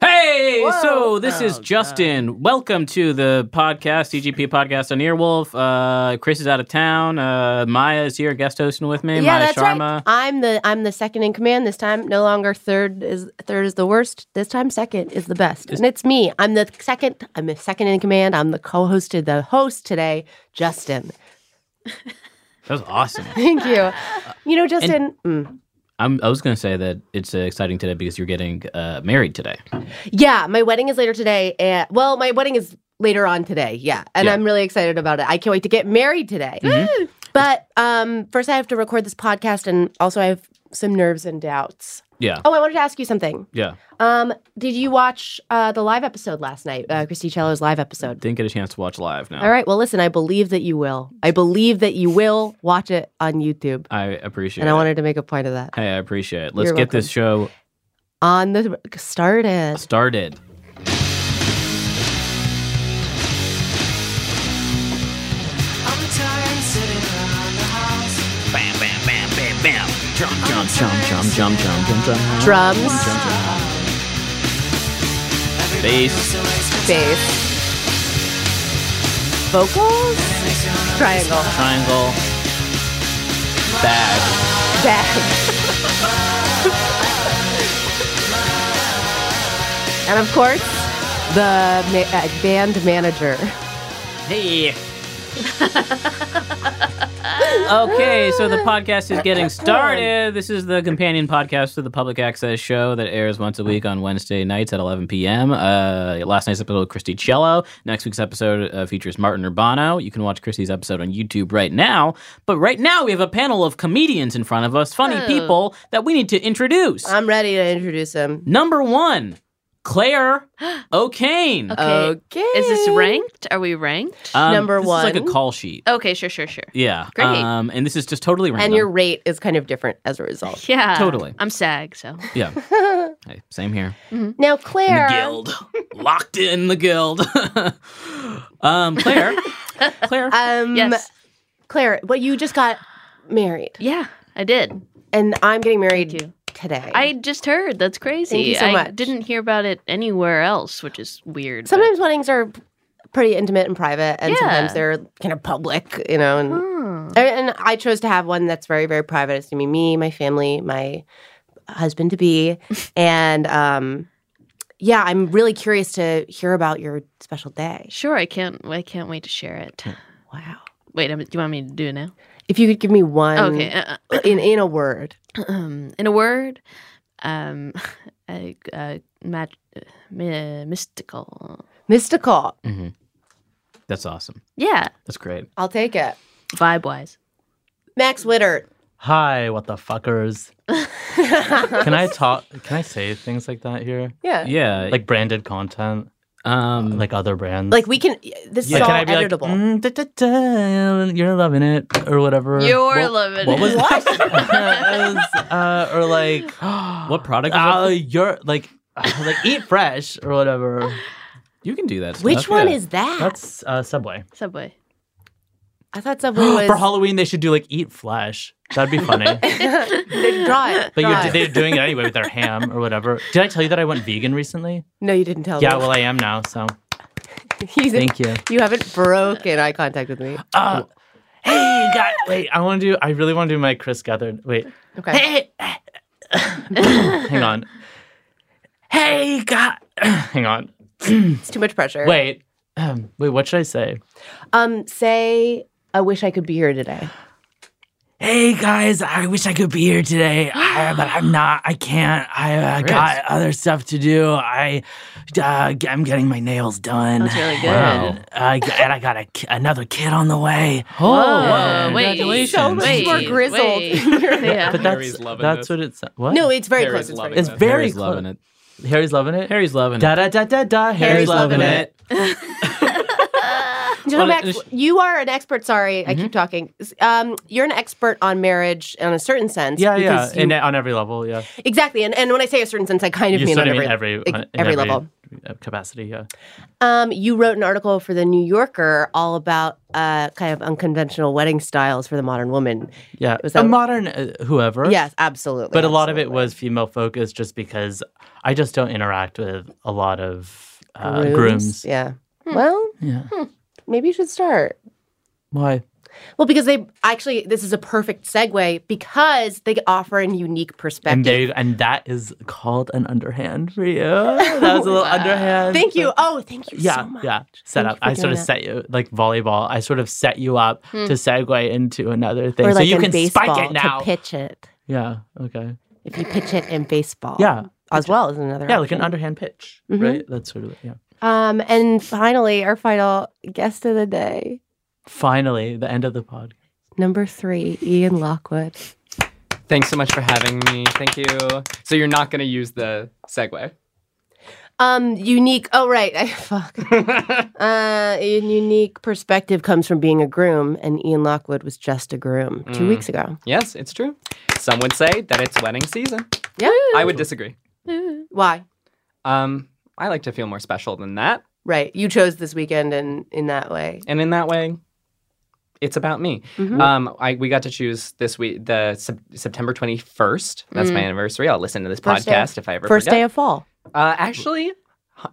Hey, so this Oh, is Justin. Welcome to the podcast, CGP Podcast on Earwolf. Uh, Chris is out of town. Uh, Maya is here, guest hosting with me. yeah, Maya that's Sharma. right. I'm the I'm the second in command this time. No longer third is third is the worst. This time second is the best. and it's me. I'm the second. I'm the second in command. I'm the co-hosted the host today, Justin. That was awesome. Thank you. You know, Justin. mm. I'm, I was going to say that it's uh, exciting today because you're getting uh, married today. yeah, my wedding is later today. And, well, my wedding is later on today. Yeah, and Yeah. Mm-hmm. I'm really excited about it. I can't wait to get married today. Mm-hmm. But um, first, I have to record this podcast, and also I have some nerves and doubts. Yeah. Oh, I wanted to ask you something. Yeah. Um, did you watch uh, the live episode last night? Uh, Christy Cello's live episode. Didn't get a chance to watch live now. All right. Well, listen, I believe that you will. I believe that you will watch it on YouTube, I appreciate and it. I wanted to make a point of that. hey, I appreciate it. Let's You're get this show On the started. started. I'm tired sitting around the house. Bam, bam, bam, bam, bam. Jump, jump, jump, jump, jump, jump, jump, jump. Drums, Bass. bass, vocals, triangle, triangle, bag. bag, and of course the ma- uh, band manager. Hey. okay, so the podcast is getting started. This is the companion podcast to the public access show that airs once a week on Wednesday nights at 11 p.m. Uh, last night's episode with Christy Cello. Next week's episode uh, features Martin Urbano. You can watch Christy's episode on YouTube right now. But right now, we have a panel of comedians in front of us, funny people that we need to introduce. Oh. I'm ready to introduce him. Number one, Claire O'Kane. Okay. Okay. Is this ranked? Are we ranked? Um, Number this is like one. a call sheet. Okay, sure, sure, sure. Yeah. Great. Um, and this is just totally random. And your rate is kind of different as a result. Yeah. Totally. I'm SAG, so. yeah. Hey, same here. Now, In the Claire. guild, locked in the guild. um, Claire, Claire, Um, Yes. Claire, well, you just got married, yeah, I did. and I'm getting married Thank you. today. I just heard. That's crazy. Thank you so I much. didn't hear about it anywhere else, which is weird. but- sometimes weddings are pretty intimate and private, and Yeah. sometimes they're kind of public, you know. And, Hmm. and I chose to have one that's very, very private. It's gonna be me, my family, my husband to be, and um, yeah, I'm really curious to hear about your special day. Sure, I can't. I can't wait to share it. Wow. Wait, I'm, do you want me to do it now? If you could give me one, okay. Uh, in in a word. um, in a word, um, uh, uh, mag- uh, mi- mystical. Mystical. Mm-hmm. that's awesome. Yeah, That's great. I'll take it. vibe wise. Max Wittert. Hi, what the fuckers? Can I talk? Can I say things like that here? Yeah. Yeah. Like branded content, um, like other brands. Like we can. This Like, is all Mm-hmm. can I be editable. like, "Mm, da, da, da, you're loving it, or whatever. You're What- loving What was it. that? It was, uh, or like, what product? is uh, that? you're like, like eat fresh or whatever. you can do that. Stuff. Which one yeah. is that? That's uh, Subway. Subway. I thought Subway was. Oh For Halloween, they should do like eat flesh. That'd be funny. They draw it. But draw you're, it. they're doing it anyway with their ham or whatever. Did I tell you that I went vegan recently? no, you didn't tell Yeah, me. well, I am now. So He's in- thank you. you haven't broken eye contact with me. Uh, hey, guys. Wait, I want to do. I really want to do my Chris Gethard. Wait, Okay. hey, hang on. Hey, God. hang on. It's too much pressure. Wait, um, wait. What should I say? Um, say I wish I could be here today. hey guys, I wish I could be here today, I, but I'm not. I can't. I uh, got other stuff to do. I, uh, g- I'm getting my nails done. That's really good. Wow. Uh, g- and I got a, ki- another kid on the way. Oh, Whoa, wait, Congratulations. So much wait, more grizzled. wait. yeah. But Harry's that's loving that's this. what it's what? No, it's very close. Harry's It's very loving close. it's it. very Harry's clo- loving it. Harry's loving it. Harry's loving da it. da da da da. Harry's, loving loving it. it. Joe Well, Max, it's- you are an expert. Sorry, I Mm-hmm. keep talking. S- Um, you're an expert on marriage in a certain sense. Yeah, yeah, because you- and on every level, yeah. exactly. And, and when I say a certain sense, I kind of You mean sort on of every mean every like, on- in every level. uh, capacity, yeah. Um, you wrote an article for the New Yorker all about uh, kind of unconventional wedding styles for the modern woman. Yeah, Was a that- modern uh, whoever. Yes, absolutely. but a lot of it absolutely. was female focused, just because I just don't interact with a lot of uh, Grooms, grooms. Yeah. Well, hmm, Yeah. maybe you should start. Why? Well, because they actually, this is a perfect segue because they offer a unique perspective. And there, you- and that is called an underhand for you. That was a little underhand. Thank you. Oh, thank you yeah, so much. yeah. Set Thank you up. for I sort doing of that. set you like volleyball. I sort of set you up to segue into another thing, Or so like you in can baseball, spike it now. to pitch it. Yeah. Okay. If you pitch it in baseball, Yeah. as well as another. Yeah, like an option. underhand pitch, Mhm. right? That's sort of yeah. Um, and finally, our final guest of the day, Finally, the end of the pod. number three, Ian Lockwood. Thanks so much for having me. Thank you. So you're not going to use the segue. Um, unique. Oh, right. I, fuck. uh, a unique perspective comes from being a groom, and Ian Lockwood was just a groom two Mm. weeks ago. Yes, it's true. Some would say that it's wedding season. Yeah. Mm-hmm. I would disagree. Why? Um, I like to feel more special than that. Right. You chose this weekend, and in that way, And in that way, it's about me. Mhm. Um, I we got to choose this week the sep- September 21st. That's my anniversary. I'll listen to this Mm. First day of- podcast if I ever first forget. day of fall. Uh, actually,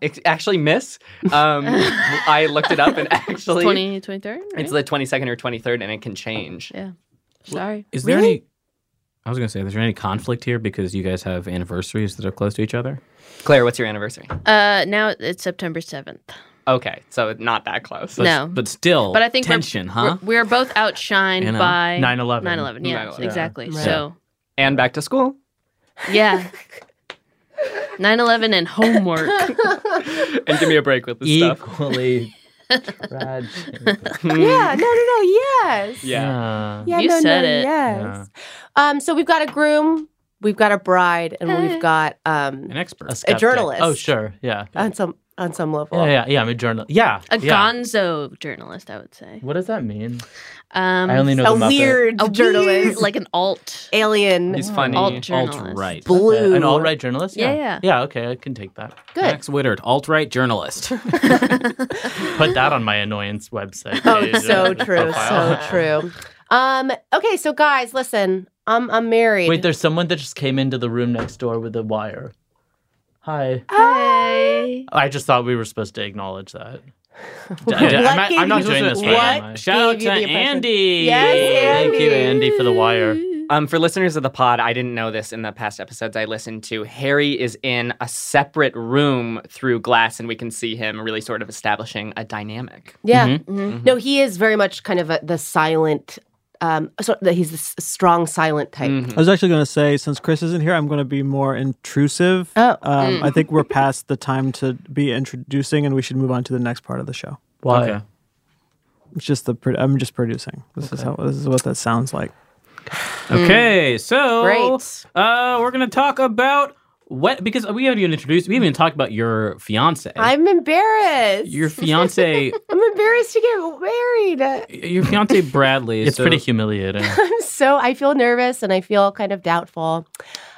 ex- actually, miss. Um, I looked it up and actually, 20, 23rd? it's the twenty second or twenty third, and it can change. Sorry. Is there any? I was gonna say, is there any conflict here because you guys have anniversaries that are close to each other? Claire, what's your anniversary? Uh, now it- it's September 7th. Okay, so not that close. But, No. but still, But I think we're- tension, we're, huh? We're, both outshined You know, by 9/11. 9/11, Yeah, 9/11. exactly. So, And back to school. yeah. 9/11 and homework. And give me a break with this stuff. Equally tragic. Yeah. No. No. No. Yes. Yeah. Uh, Yeah, You no, said no, it. Yes. Yeah. Um, so we've got a groom, we've got a bride, and we've got um An expert. skeptic. journalist. Oh, sure. Yeah. on some on some level. Yeah, yeah, yeah. I'm a journalist. Yeah. A yeah. gonzo journalist, I would say. What does that mean? Um, I only know A the Muppet. weird a journalist, weird, like an alt, alien, He's funny. alt alt journalist. right. blue. An all right journalist? Yeah, yeah. yeah. Yeah, okay. I can take that. Good. Max Wittert, alt right journalist. Put that on my annoyance website. Oh, page, uh, so true, so profile. true. Um, okay, so guys, listen, I'm I'm married. Wait, there's someone that just came into the room next door with a wire. Hi. Hey. I just thought we were supposed to acknowledge that. What I- I'm not- gave I'm not you- doing this right, What am I? Shout out gave to you the impression- Andy. Yes, Thank you, Andy, for the wire. Um, for listeners of the pod, I didn't know this in the past episodes I listened to. Harry is in a separate room through glass, and we can see him really sort of establishing a dynamic. Yeah. Mm-hmm. Mhm. Mm-hmm. No, he is very much kind of a, the silent. Um, so that he's the s- strong silent type. Mhm. I was actually going to say, since Chris isn't here, I'm going to be more intrusive. Oh. Um, I think we're past the time to be introducing, and we should move on to the next part of the show. Why? Okay. It's just the pro- I'm just producing. This is how this is what that sounds like. Hmm. Okay, so Great. Uh, we're gonna talk about what because we haven't even introduced. We haven't even talked about your fiance. I'm embarrassed. your fiance, I'm embarrassed to get married. your fiance Bradley. It's so- pretty humiliating. I'm so I feel nervous and I feel kind of doubtful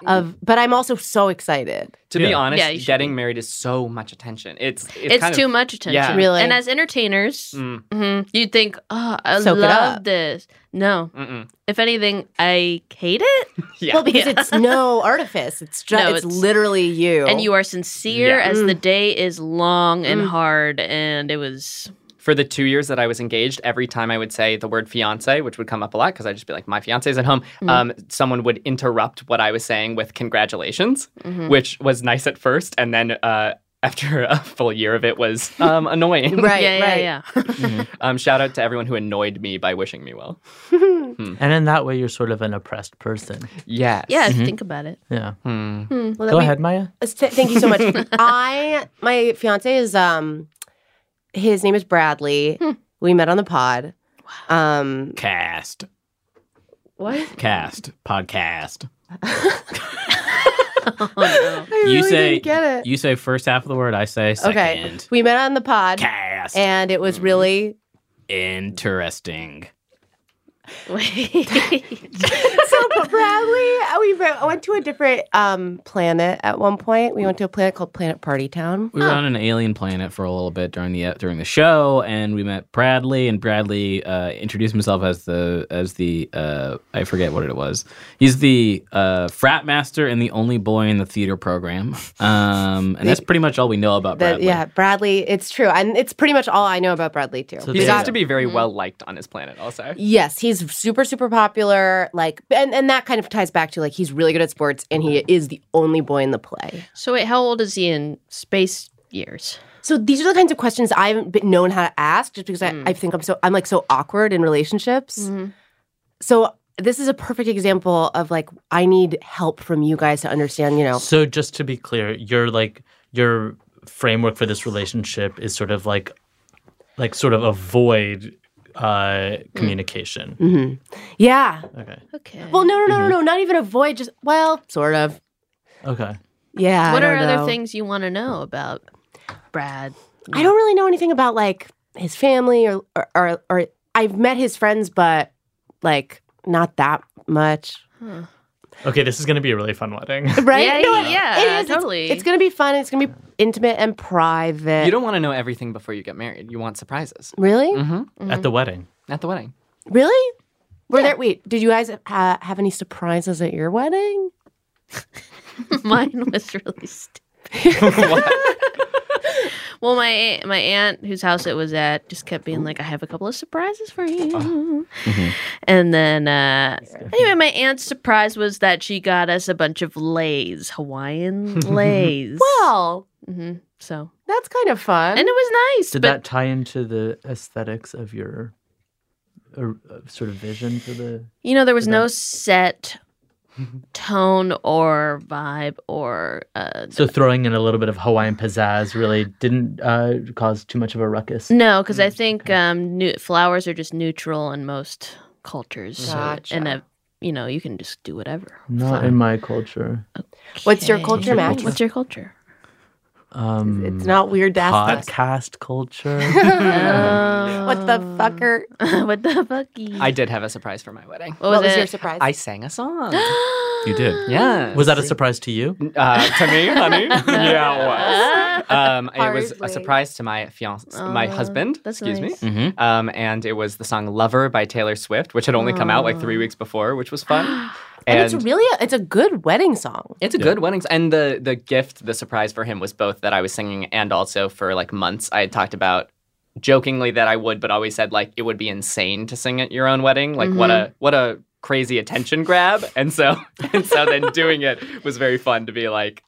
of but I'm also so excited. To be Yeah. honest, Yeah, you should getting married is so much attention. It's it's, It's, kind of- too much attention. yeah. Really? And as entertainers, Mm, mhm, you'd think, oh, I Soak it love up. this. No. mm-mm. If anything, I hate it. Yeah. Well, because Yeah. it's no artifice. It's just No, it's, it's- literally you. And you are sincere Yeah. as Mm. the day is long and Mm. hard. And it was, for the two years that I was engaged, every time I would say the word fiance, which would come up a lot because I'd just be like, my fiance's at home, Mm-hmm. um, someone would Mm-hmm. interrupt what I was saying with congratulations, which was nice at first. And then uh, after a full year of it was um, annoying. Right, Yeah, yeah, right. yeah. um, shout out to everyone who annoyed me by wishing me well. Hmm. And in that way, you're sort of an oppressed person. Mm-hmm. Yes. Yeah, think about it. Yeah. Hmm, well, that Go we- ahead, Maya. Uh, st- Thank you so much. I my fiance is um his name is Bradley. Hmm. We met on the pod. Um Cast. What? Cast. Podcast. I you really say didn't get it. you say first half of the word. I say second. Okay. We met on the pod. Cast. Mm-hmm. And it was really Interesting. so but Bradley, uh, we re- went to a different um, planet at one point. We went to a planet called Planet Party Town. We were on an alien planet for a little bit during the during the show, and we met Bradley. And Bradley uh, introduced himself as the as the uh, I forget what it was. He's the uh, frat master and the only boy in the theater program. Um, and that's pretty much all we know about That- Bradley. yeah, Bradley. It's true, and it's pretty much all I know about Bradley too. he He's seems got- to be very Mm-hmm. well liked on his planet, also. Yes, he's super, super popular. Like, and, and that kind of ties back to like he's really good at sports, and he Mm-hmm. is the only boy in the play. So wait, how old is he in space years? So these are the kinds of questions I haven't been known how to ask, just because Mm. I, I think I'm so I'm like so awkward in relationships. Mm-hmm. So this is a perfect example of like I need help from you guys to understand. You know, So just to be clear, your like your framework for this relationship is sort of like like sort of avoid uh communication. Mm-hmm. yeah. Okay. Mm-hmm. Okay. Well, no, no, no, no, no, not even avoid. Just well, sort of. Okay. Yeah. I what are don't other know. things you want to know about Brad? I don't really know anything about like his family or or or, or I've met his friends, but like not that much. Okay, this is going to be a really fun wedding. Right? Yeah, No, yeah, yeah, It's- totally. It's, gonna be fun. It's gonna be intimate and private. You don't want to know everything before you get married. You want surprises. Mm-hmm. really, Mm-hmm. At the wedding. At the wedding. really. Were there? Wait, did you guys uh, have any surprises at your wedding? Mine was really stupid. well, my my aunt, whose house it was at, just kept being like, "I have a couple of surprises for you," Uh-huh. and then uh, anyway, my aunt's surprise was that she got us a bunch of lays, Hawaiian lays. Well, hmm so that's kind of fun. and it was nice, Did but that tie into the aesthetics of your uh, uh, sort of vision for the you know, there was no set tone or vibe or uh, So throwing in a little bit of Hawaiian pizzazz really didn't uh, cause too much of a ruckus. No, because Mm, I think um, new, flowers are just neutral in most cultures. so- And Gotcha. uh you know, you can just do whatever. Not in my culture. What's your Okay. culture, Max? What's your culture? Um, It's not weird to ask. That. podcast culture. What the fucker? Uh, what the fucky? I did have a surprise for my wedding. what What was, was it? your surprise? I sang a song. You did. yeah. Was that a surprise to you? Uh, to me, honey? yeah, it was. Um, it was a Hardly. surprise to my fiance, my Aw, husband. that's excuse nice. me. Mm-hmm. Um, and it was the song "Lover" by Taylor Swift, which had only come out like three weeks before, which was fun. And, it's really a, it's a good wedding song. It's a good wedding. And the the gift, the surprise for him was both that I was singing and also for like months I had talked about jokingly that I would, but always said like it would be insane to sing at your own wedding. Like what Mm-hmm. a what a crazy attention grab. And so and so then doing it was very fun to be like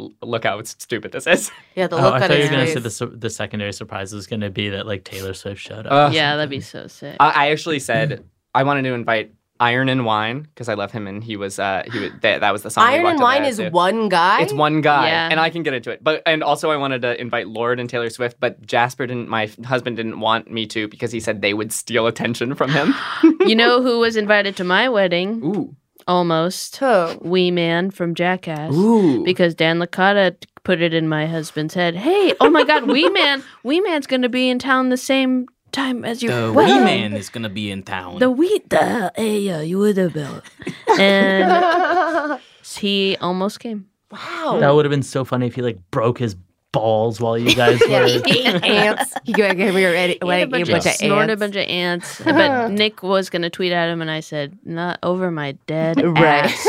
"L- look how stupid this is. Yeah, the Oh, look I on thought you his were going to face. say the, su- the secondary surprise was going to be that like Taylor Swift showed up. Uh, Ugh. yeah, that'd be so sick. I, I actually Mm-hmm. said I wanted to invite Iron and Wine because I love him and he was uh he was that, that was the song. we Iron walked and up Wine there is to. one guy. It's one guy, Yeah. and I can get into it. But and also, I wanted to invite Lord and Taylor Swift, but Jasper didn't. My f- husband didn't want me to because he said they would steal attention from him. you know who was invited to my wedding? Ooh, Almost. Who? Wee Man from Jackass. ooh, Because Dan Licata t- put it in my husband's head. Hey, oh my God, Wee Man, Wee Man's gonna be in town the same time as you. The What? wee man is gonna be in town. The wheat, the yeah, uh, you would have been. And he almost came. That Wow. would have been so funny if he like broke his balls while you guys Yeah, were. he ate ants. He got we were ready. He had wedding, ate a bunch of snorted a ants. bunch of ants. But Nick was gonna tweet at him, and I said, "Not over my dead Right. ass."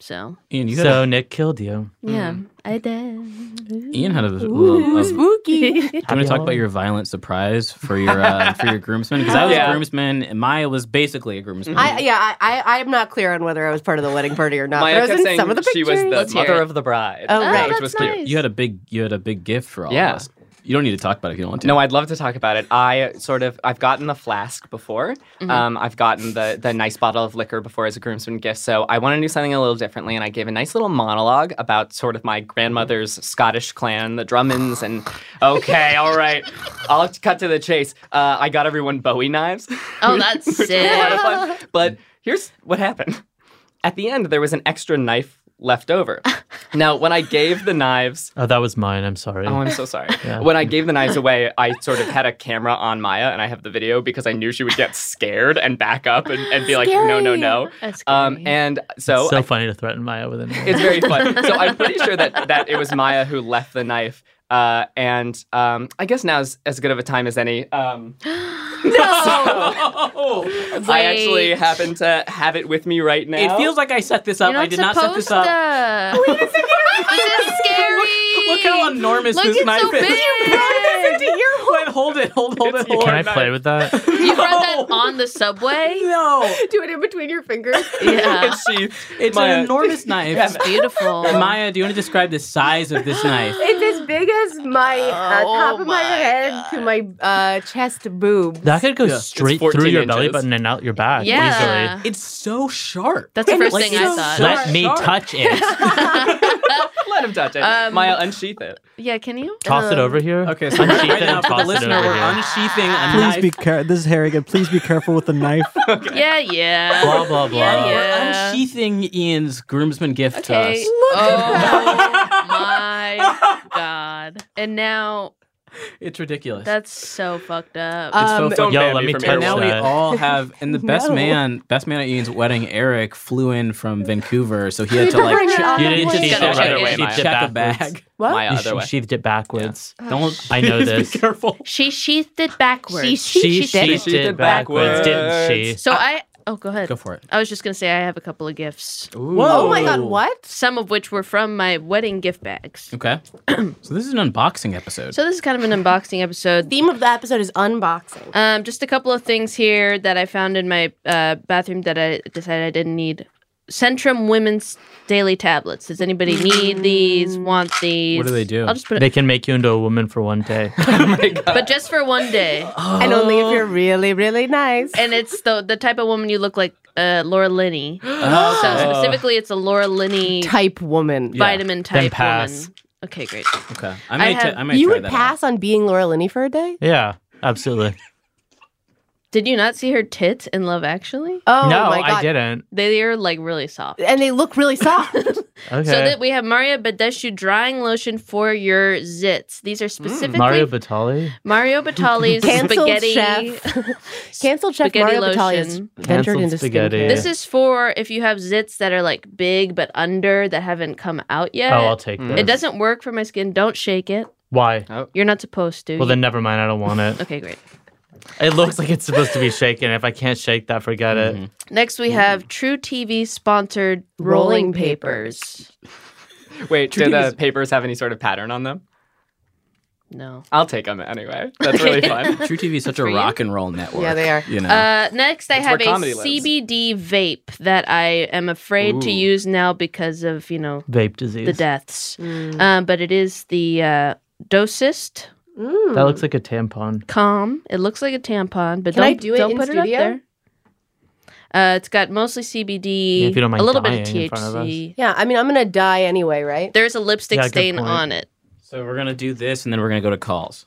So Ian, you gotta- so Nick killed you. yeah, I did. Ian had a little, a spooky. Do you want to talk about your violent surprise for your uh, for your groomsmen? Because I was Yeah. a groomsman, and Maya was basically a groomsman. I, yeah, I, I, I'm not clear on whether I was part of the wedding party or not. Maya but I was kept in saying some of the she was pictures. the mother of the bride, Oh, right. which was cute. You had a big you had a big gift for all Yeah. of us. You don't need to talk about it if you don't want to. No, I'd love to talk about it. I sort of I've gotten the flask before. Mhm. Um, I've gotten the the nice bottle of liquor before as a groomsman gift. So I want to do something a little differently, and I gave a nice little monologue about sort of my grandmother's Scottish clan, the Drummonds, and okay, all right, I'll cut to the chase. Uh, I got everyone Bowie knives. Oh, that's which was sick. a lot of fun. But Mm. here's what happened. At the end, there was an extra knife left over. now, when I gave the knives Oh, that was mine. I'm sorry. Oh, I'm so sorry. Yeah. When I gave the knives away, I sort of had a camera on Maya and I have the video because I knew she would get scared and back up and, and be like, no, no, no. That's Um, and so, it's so I- funny to threaten Maya with it. it's very fun. So I'm pretty sure that, that it was Maya who left the knife. Uh, and um, I guess now's as good of a time as any. Um, Oh, I actually Wait. happen to have it with me right now. It feels like I set this up. You're not I did not set this supposed up. to. this is scary. Look how enormous Look, this it's knife so is. big. Wait, hold it, hold, hold it, hold Can I it. play with that? You brought that on the subway? No. Do it in between your fingers. Yeah. It's sheathed. It's Maya- an enormous knife. Yeah. Beautiful. And Maya, do you want to describe the size of this knife? It's as big as my uh, Oh top of my, my head to my uh, chest boob. That could go straight It's through 14 your belly inches. button and out your back Yeah. easily. It's so sharp. That's the And first it's thing so I thought. sharp. Let me Sharp. touch it. Let him touch it. Um, Maya, unsheath it. Yeah, can you? Um, Toss it over here. Okay, so Unsheath right it now and for the toss it listener, over we're here. unsheathing a Please knife. be careful. This is Harry again. Please be careful with the knife. Yeah, yeah. Blah, blah, blah. Yeah, We're yeah. unsheathing Ian's groomsman gift Okay. to us. oh my god. And now It's ridiculous. that's so fucked up. it's so Um, fucked Yo, ban let me me from touch And now we that. all have, and the best No. man, best man at Ian's wedding, Eric, flew in from Vancouver, so he had to like Bring it check, on. You didn't Just sheath it gotta right check away. it. You Sheathed sheathed it check a backwards. bag. What? Maya, You other way. she- sheathed it backwards. Don't. I know this. Be careful. she sheathed it backwards. She She sheathed it. sheathed it backwards, didn't she? so I oh go ahead. Go for it. I was just gonna say I have a couple of gifts. Oh my god, what? Some of which were from my wedding gift bags. Okay. so this is an unboxing episode. So this is kind of an unboxing episode. Theme of the episode is unboxing. Um, just a couple of things here that I found in my uh, bathroom that I decided I didn't need. Centrum Women's Daily Tablets. Does anybody need these? Mm. Want these? What do they do? I'll just put They it. can make you into a woman for one day. But just for one day, And only if you're really, really nice. and it's the the type of woman you look like, uh, Laura Linney. So specifically, it's a Laura Linney type woman. Yeah. vitamin type pass. woman. Okay, great. okay. I might. have- t- I might You try would that pass on being Laura Linney for a day? yeah, absolutely. Did you not see her tits in Love Actually? Oh no, my god. I didn't. They are like really soft. And they look really soft. Okay. So that we have Mario Badescu drying lotion for your zits. These are specifically Mm. Mario Batali? Mario Batali's Canceled spaghetti. chef. Canceled chef Spaghetti Mario Batali has lotion. ventured Canceled into spaghetti. skincare. This is for if you have zits that are like big but under that haven't come out yet. oh, I'll take Mm. this. it doesn't work for my skin. Don't shake it. Why? Oh. You're not supposed to. Well, then never mind. I don't want it. okay, great. It looks like it's supposed to be shaken. If I can't shake that, forget it. Mm-hmm. Next, we have True TV sponsored rolling, Rolling papers. Wait, do the papers have any sort of pattern on them? No. I'll take them anyway. That's really fun. out. True TV is such a you? rock and roll network. Yeah, they are. You know. Uh, next, I That's have a where comedy lives. CBD vape that I am afraid to Ooh. use now because of you know Vape disease. the deaths. Mm. Um, but it is the uh, Dosist Mm. That looks like a tampon. calm. It looks like a tampon, but Can don't I do it not in put it studio? up there. Uh, it's got mostly CBD, Yeah, if you don't mind a little bit of dying in front of us. THC. Yeah, I mean, I'm gonna die anyway, right? There's a lipstick Yeah, good stain point. on it. so we're gonna do this, and then we're gonna go to calls.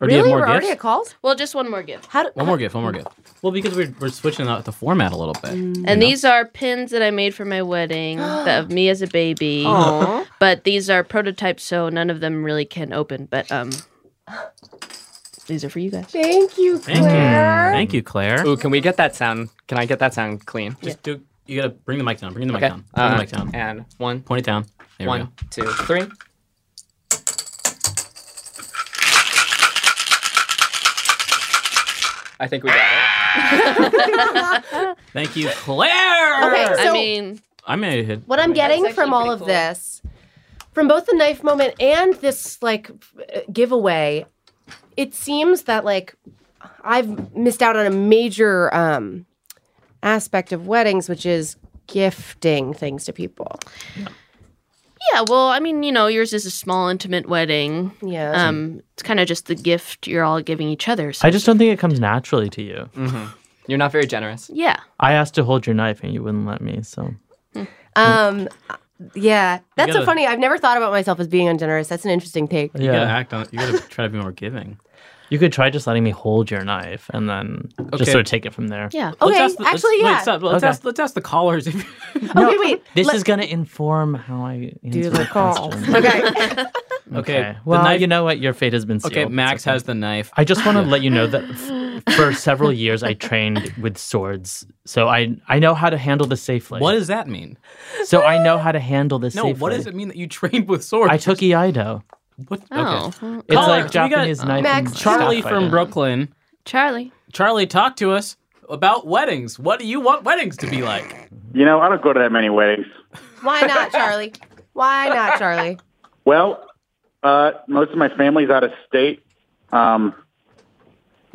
Or really, do you have we're more already gifts? at calls. Well, just one more gift. How do, One more gift. One more gift. Well, because we're, we're switching out the format a little bit. Mm. And these are pins that I made for my wedding that of me as a baby. Aw. But these are prototypes, so none of them really can open. But um, these are for you guys. Thank you, Thank Claire. you. Thank you, Claire. Ooh, can we get that sound? Can I get that sound clean? Just do. You gotta bring the mic down. Bring the mic Okay. down. Bring Uh, the mic down. And one, Point it down. There we one, go. two, three. I think we got it. Thank you, Claire. Okay, so I mean, I may have hit. what I'm That's getting actually from all pretty of cool. this from both the knife moment and this like uh, giveaway, it seems that like I've missed out on a major um, aspect of weddings, which is gifting things to people. Yeah, well, I mean, you know, yours is a small, intimate wedding. Yeah. Um, it's kind of just the gift you're all giving each other. So I just don't think it comes naturally to you. Mm-hmm. You're not very generous. Yeah. I asked to hold your knife and you wouldn't let me. So Hmm. Um, yeah, that's so gotta- funny. I've never thought about myself as being ungenerous. That's an interesting take. You gotta Yeah. act on. You gotta try to be more giving. you could try just letting me hold your knife and then Okay. just sort of take it from there. Yeah. Okay, ask the- actually, let's, yeah. Let's, let's, Okay. ask, let's ask the callers. If okay, wait. This let- is going to inform how I do answer the call. question. okay. Okay, Okay. the Well, knife- you know what? Your fate has been sealed. okay, It's Max okay. has the knife. I just want to let you know that f- for several years I trained with swords, so I I know how to handle this safely. What does that mean? So I know how to handle this No, safely. what does it mean that you trained with swords? I took Iaido. What? Oh, Okay. well, It's Caller, we like got Japanese knife. Max. and Charlie stuff from fighting. Brooklyn. Charlie. Charlie, talk to us about weddings. What do you want weddings to be like? You know, I don't go to that many weddings. Why not, Charlie? Why not, Charlie? Well, uh, most of my family's out of state. Um,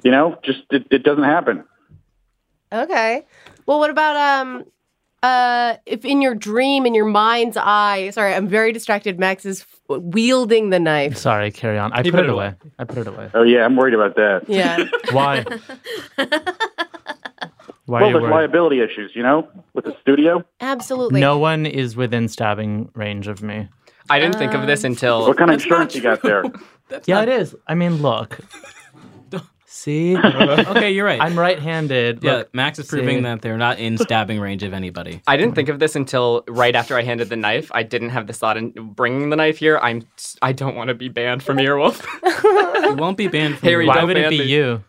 you know, just it, it doesn't happen. Okay. Well, what about um uh if in your dream in your mind's eye, sorry, I'm very distracted. Max is f- wielding the knife. Sorry, carry on. I put, it away. I put it away. Oh yeah, I'm worried about that. Yeah. Why? Why well, are you there's worried? liability issues, you know, with the studio. Absolutely. No one is within stabbing range of me. I didn't think of this until What kind of insurance you got there? yeah, it is. I mean, look. See, I'm Okay, you're right. right-handed. yeah, Look, Max is proving see. that they're not in stabbing range of anybody. I didn't think of this until right after I handed the knife. I didn't have this thought in bringing the knife here. I'm I don't want to be banned from Earwolf. You won't be banned from. Harry, Why why don't would it ban be me. you?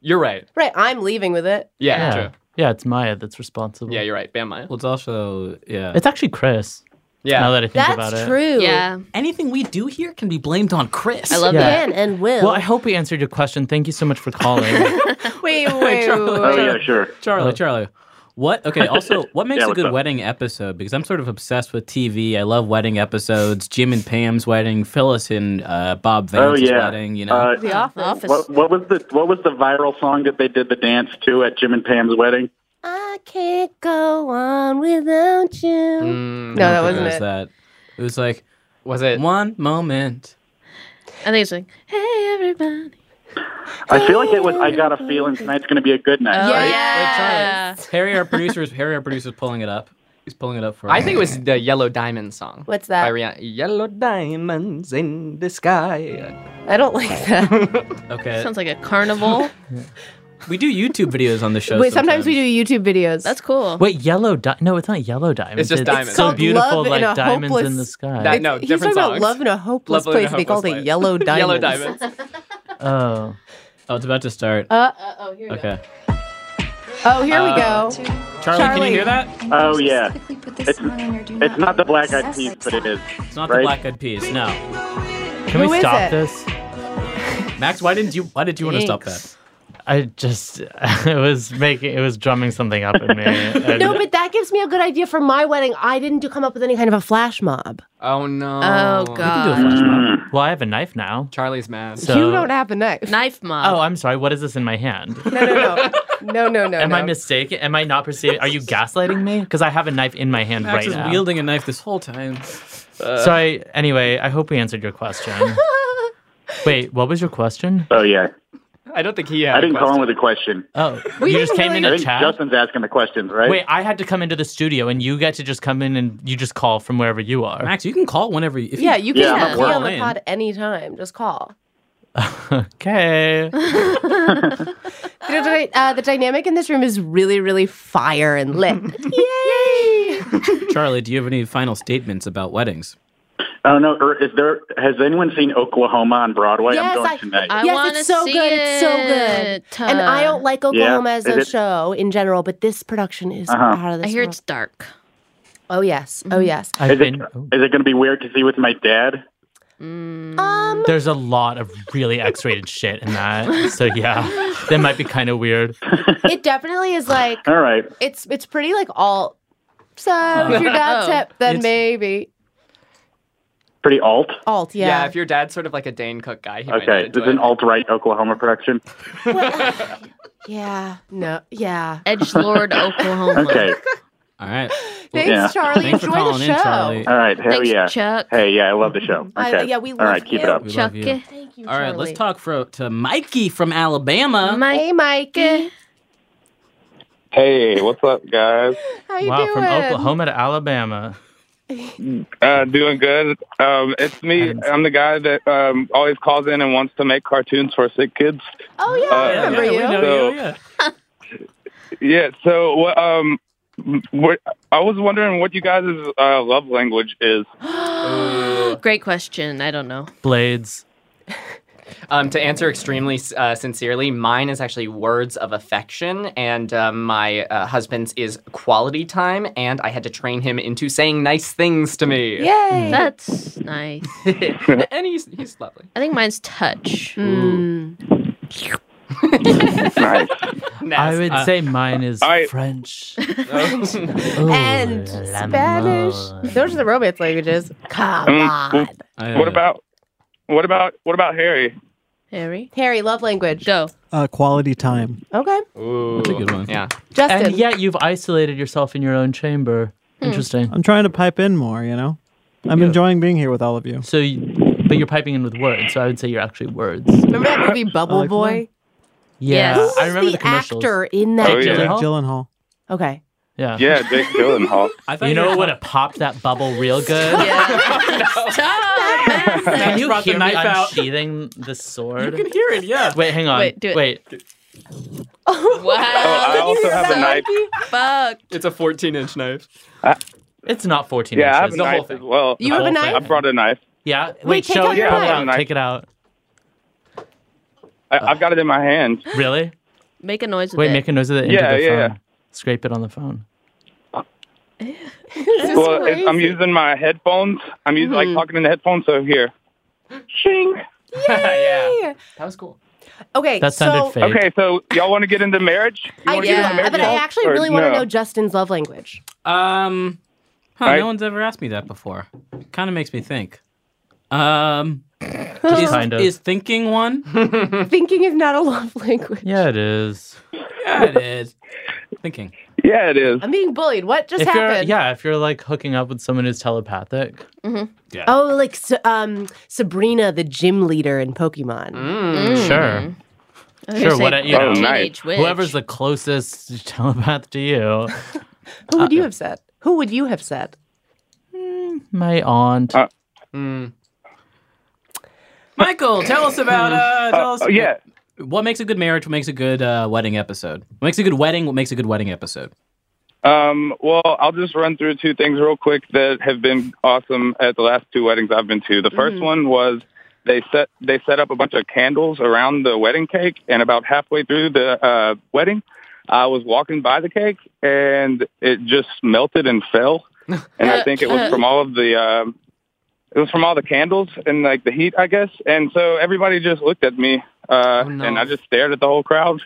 You're right. Right, I'm leaving with it. Yeah, Yeah, true. yeah, it's Maya that's responsible. Yeah, you're right. Ban Maya. Well, it's also yeah. It's actually Chris. Now Yeah. that I think about That's it. true. Yeah. Anything we do here can be blamed on Chris. I love Yeah. that. Can and will. Well, I hope we answered your question. Thank you so much for calling. wait, wait, wait, Oh wait. yeah, sure. Charlie, Charlie. What? Okay. Also, what makes Yeah, a what's good up? wedding episode? Because I'm sort of obsessed with TV. I love wedding episodes. Jim and Pam's wedding, Phyllis and uh, Bob Oh Vance's yeah. wedding. You know. Uh, The office. Office. what, what was the what was the viral song that they did the dance to at Jim and Pam's wedding? I can't go on without you. Mm, no, that I think it wasn't was it. that. It was like Was it? one moment. I think it's like, hey, everybody. I feel like it was. I got a feeling tonight's going to be a good night. Yeah. yeah. Harry, our producer, is Harry, our producer, is pulling it up. He's pulling it up for us. I think it was the Yellow Diamond song. What's that? By Rihanna. Yellow diamonds in the sky. I don't like that. Okay. Sounds like a carnival. We do YouTube videos on the show. Wait, sometimes we do YouTube videos. That's cool. Wait, yellow di- No, it's not yellow diamonds. just So diamonds. It's called beautiful, Love in like a diamonds in Hopeless- the sky. That- no, he's talking different about songs. love in a hopeless Love in a place. and they Hopeless called it Place. yellow diamonds. Yellow diamonds. oh, Oh, it's about to start. Uh, uh, oh, here we okay. Uh, Oh, here we Uh, go. Charlie, can you Charlie. hear that? Oh yeah. It's, it's not the Black Eyed Peas, but it is. It's not the Right. Black Eyed Peas. No. can Who we is stop it? this? Max, why didn't you? Why did you want to stop that? I just it was making it was drumming something up in me. and- No, but that gives me a good idea for my wedding. I didn't do come up with any kind of a flash mob. Oh no. Oh, God. well, I have a knife now. Charlie's mad. So, you don't have a knife. Knife Oh, mob. I'm sorry. What is this in my hand? No, no, no, Oh. no, no, no. Am no. I mistaken? Am I not perceiving? Are you gaslighting me? Because I have a knife in my hand Max right is now. wielding a knife this whole time. So I, anyway, I hope we answered your question. Wait, what was your question? Oh yeah. I don't think he had. I didn't a call in question. with a question. Oh, you just didn't came in I to think chat. Justin's asking the questions, right? Wait, I had to come into the studio, and you get to just come in and you just call from wherever you are. Max, you can call whenever. You, if Yeah, you, you can Yeah, I'm yeah, at be work. on the Man. pod anytime. Just call. Okay. You know, the dy- uh, the dynamic in this room is really, really fire and lit. Yay! Charlie, do you have any final statements about weddings? I don't know. Or is there? Has anyone seen Oklahoma on Broadway? I'm Yes, going I- tonight. I yes, wanna it's so see good. It's so good. it. And I don't like Oklahoma as Is Uh-huh. a it- show in general, but this production is out of this I hear world. it's dark. Mm-hmm. Oh yes. Oh yes. I've Is it, been. oh, is it going to be weird to see with my dad? Um. There's a lot of really X-rated shit in that, so yeah, that might be kind of weird. it definitely is like All right. it's it's pretty like all. So if you're down Oh. tip, then It's- maybe. pretty alt. Alt, yeah. if your dad's sort of like a Dane Cook guy, he might Okay, not this enjoy is an alt right Oklahoma production. Yeah. No. Yeah. Edge Lord Oklahoma. Okay. All right. Thanks, Charlie. Thanks for Enjoy the calling in, show. Mm-hmm. Charlie. All right. Hell Thanks, yeah. Chuck. Hey, yeah, I love the show. Okay. I- yeah, we All love right, keep it you, up. We love Chuck. you. Thank you, All right, Charlie. let's talk for, to Mikey from Alabama. Hey, Mike. Hey, what's up, guys? How you wow, doing? from Oklahoma to Alabama. Uh, doing good. Um, it's me. I'm the guy that um, always calls in and wants to make cartoons for sick kids. Oh yeah, I remember yeah, you. we know So- you, Yeah. So, wha- um, what, I was wondering what you guys' uh, love language is. Great question. I don't know. Blades. Um, to answer extremely uh, sincerely, mine is actually words of affection, and uh, my uh, husband's is quality time, and I had to train him into saying nice things to me. Hmm. Hmm. Yay. That's nice. and he's he's lovely. I think mine's touch. Hmm. nice. I would Uh, say mine is French. and Spanish. Those are the romance languages. Come Mm. on. Um, wh- what about what about what about Harry? Harry. Harry, love language. Go. Uh, quality time. Okay. Ooh, That's a good one. Yeah. Justin. Hmm. And yet you've isolated yourself in your own chamber. Interesting. I'm trying to pipe in more, you know? I'm enjoying being here with all of you. So, you, but you're piping in with words. So I would say you're actually words. Remember that movie Bubble like Boy? Yeah, Who was I remember the, the commercials. actor in that? Oh, yeah. Jake Gyllenhaal? Gyllenhaal. Okay. Yeah. Yeah, Jake Gyllenhaal. I thought You you know were- what would have popped that bubble real good? Stop. Can you brought the hear me knife out. unsheathing the sword? hear it, yeah. Wait, hang on. Wait, do it. Wait. Wow. Oh, I also have a knife. Fuck. It's a 14 inch knife. It's not 14 Yeah, I have a inches. The whole knife thing. as well. You oh, I- have a I knife? brought a knife. Yeah. Wait, take show out your pull it knife. out. Take it out. I, I've got it in my hand. Really? Make a noise with Wait, it. make a noise of it into Yeah, the yeah. phone. Scrape it on the phone. Well, it- I'm using my headphones. I'm using Hmm. like talking in the headphones. So here, shing. Yeah. That was cool. Okay. That so sounded fake. Okay, so y'all want to get into marriage? You I wanna do, Uh, get into marriage but I talk, actually or really want to no? know Justin's love language. Um, huh, Right. no one's ever asked me that before. Kind of makes me think. Um, is, kind of. is thinking one? Thinking is not a love language. Yeah, it is. yeah, it is. Thinking. Yeah, it is. I'm being bullied. What just if you're, happened? yeah, if you're like hooking up with someone who's telepathic, Oh, like S- um, Sabrina, the gym leader in Mm, Pokemon. Mm-hmm. Mm. sure. I was Sure, gonna what say a- you know, teenage witch. Whoever's the closest telepath to you, Who Uh, would you have said? Who would you have said? my aunt. Uh, Michael, tell us about. Uh, tell us. Oh, yeah. What makes a good marriage? What makes a good uh, wedding episode? What makes a good wedding? What makes a good wedding episode? Um, well, I'll just run through two things real quick that have been awesome at the last two weddings I've been to. The 1st Mm-hmm. one was they set they set up a bunch of candles around the wedding cake, and about halfway through the uh, wedding, I was walking by the cake, and it just melted and fell. And I think it was from all of the um, it was from all the candles and like the heat, I guess. And so everybody just looked at me, uh, Oh, no. and I just stared at the whole crowd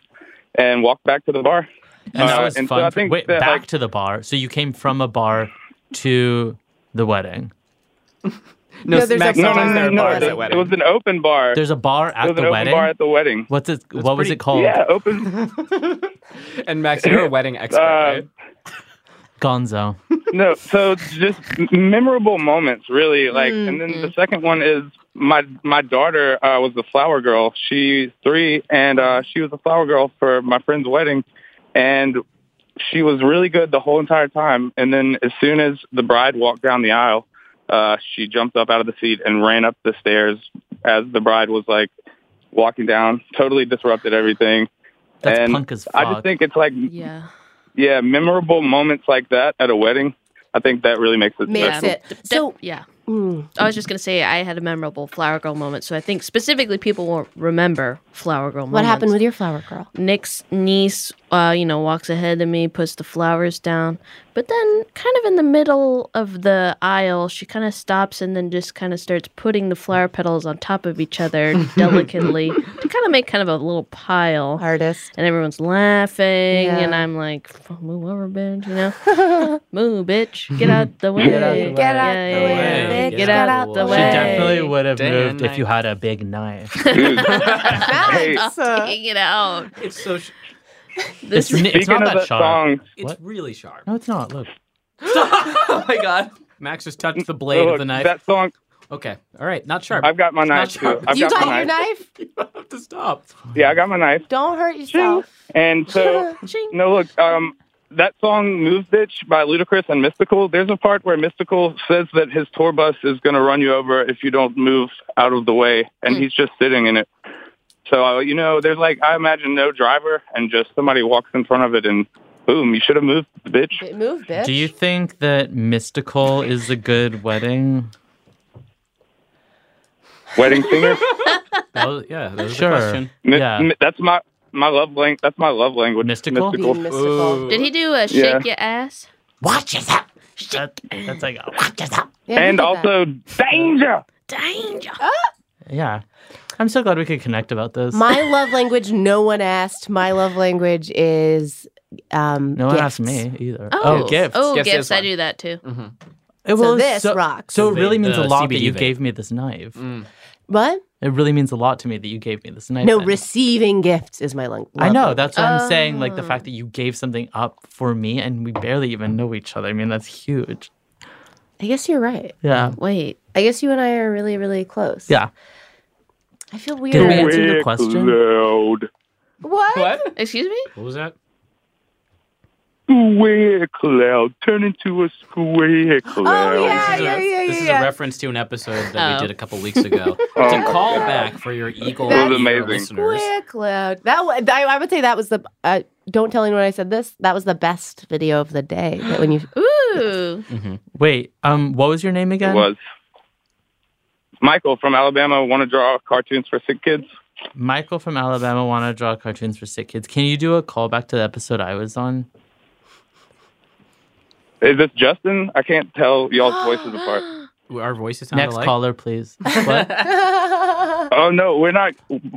and walked back to the bar. And that Uh, was and so fun. I for- think Wait, that, back like- to the bar. So you came from a bar to the wedding. No, No, there's a Max No, no, no, no, no, there bars it, at it was weddings. an open bar. There's a bar it at was an the open wedding. bar at the wedding. What's it? what was pretty- it called? Yeah, open. And Max, you're a wedding expert. Uh, right? Gonzo. no, so just memorable moments, really. Like, Mm, and then the second one is my my daughter uh, was the flower girl. She's three, and uh, she was the flower girl for my friend's wedding, and she was really good the whole entire time. And then as soon as the bride walked down the aisle, uh, she jumped up out of the seat and ran up the stairs as the bride was like walking down. Totally disrupted everything. That's and punk as fuck. I just think it's like Yeah. yeah, memorable moments like that at a wedding, I think that really makes it. Makes special. it. So, yeah. mm, I was just gonna say I had a memorable flower girl moment, so I think specifically people will remember flower girl. what happened with your flower girl? Nick's niece? Uh, you know, walks ahead of me, puts the flowers down, But then, kind of in the middle of the aisle, she kind of stops and then just kind of starts putting the flower petals on top of each other delicately to kind of make kind of a little pile. Artist. And everyone's laughing, Yeah. and I'm like, "F- move over, bitch, you know? move, bitch. Get out the way. Get out the Get way. out Yeah, the yeah, way, yeah. bitch. Get Get out, out the she way. definitely would have Day moved and if you had a big knife. Take it out. It's so. Sh- It's- it's this not Speaking of that that sharp. song- It's What? really sharp. No, it's not. Look. oh my god. Max just touched the blade of Look, the knife. that song. Okay. All right. Not sharp. I've got my It's knife, not too. sharp. I've You got got my your knife? have to stop. Yeah, I got my knife. Don't hurt yourself. And so, no, look, um, that song "Move Bitch" by Ludacris and Mystical. There's a part where Mystical says that his tour bus is going to run you over if you don't move out of the way, and Hmm. he's just sitting in it. So uh, you know, there's like I imagine no driver, and just somebody walks in front of it, and boom, you should have moved, bitch. Move, bitch. Do you think that mystical is a good wedding? Wedding singer? yeah, that was the sure. question. Mi- Yeah. mi- that's my my love language. That's my love language. Mystical. Being mystical. Did he do a Yeah. shake your ass? Watch yourself. That, that's like a Yeah, and he did also danger. Danger. Oh. Yeah. I'm so glad we could connect about this. My love language, no one asked. My love language is um no one gifts. asked me either. Oh, gifts. Oh, gifts. I do that too. It So was this rocks. So it really The- means a the lot that CBD you vape. gave me this knife. What? It really means a lot to me that you gave me this knife. No, then. receiving gifts is my lang- love I language. know. That's what I'm saying. Oh. Like the fact that you gave something up for me, and we barely even know each other. I mean, that's huge. Oh. I guess you're right. Yeah. Wait. I guess you and I are really, really close. Yeah. I feel weird. Did we answer your question? What? What? Excuse me? What was that? Square cloud, turn into a Oh, square cloud. this is, a, this is a reference to an episode that Oh. we did a couple weeks ago. Oh it's a my callback for your eagle That was ear amazing. listeners. Clear cloud. That wa- I, I would say that was the. Uh, don't tell anyone I said this. That was the best video of the day. That when you Ooh. Wait. Um. What was your name again? It was. Michael from Alabama want to draw cartoons for sick kids. Michael from Alabama want to draw cartoons for sick kids. Can you do a callback to the episode I was on? Is this Justin? I can't tell y'all's voices apart. Our voices sound Next alike. caller, please. Oh no, we're not.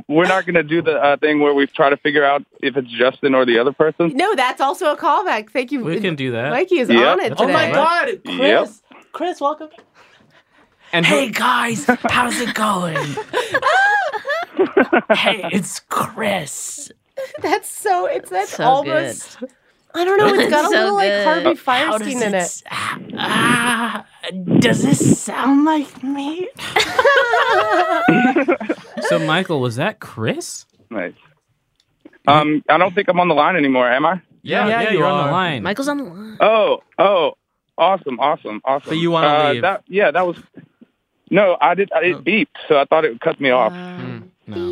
We're not going to do the uh, thing where we try to figure out if it's Justin or the other person. no, that's also a callback. Thank you. We can do that. Mikey is Yeah. on it today. Oh my God, Chris. Chris, welcome. And hey guys, how's it going? hey, it's Chris. That's so. It's that's So almost. I don't know. It's got a So little good. like How Harvey does Firestein in it it. Ah, does this sound like me? So, Michael, was that Chris? Nice. Um, I don't think I'm on the line anymore, am I? Yeah, yeah, you're on the line. Michael's on the line. Oh, oh, awesome, awesome, awesome. But you wanna uh, leave. That, yeah, that was. No, I did. I, it beeped, so I thought it would cut me off. No.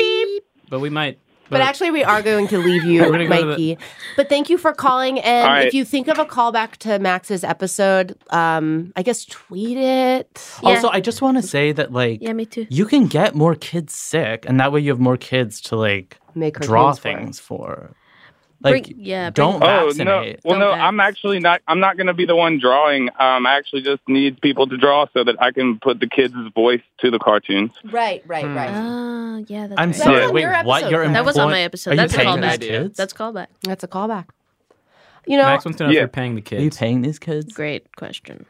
But we might. Um, But actually, we are going to leave you, We're gonna go to the- Mikey. But thank you for calling. And All right. if you think of a callback to Max's episode, um, I guess tweet it. Also, I just want to say that like Yeah, me too. you can get more kids sick, and that way you have more kids to like Make draw cartoons for. things for. Bring- Like, yeah, bring- don't vaccinate. Oh, no! Well, no, I'm actually not. I'm not going to be the one drawing. Um, I actually just need people to draw so that I can put the kids' voice to the cartoons. Right, right, right. Oh, yeah. That's Hmm. I'm right. sorry. Wait, what? You're That was on employ- my episode. Are you That's a paying these callback. kids? That's a callback. That's a callback. You know, Max wants to know if Yeah. you're paying the Are you kids. paying these kids? Great question.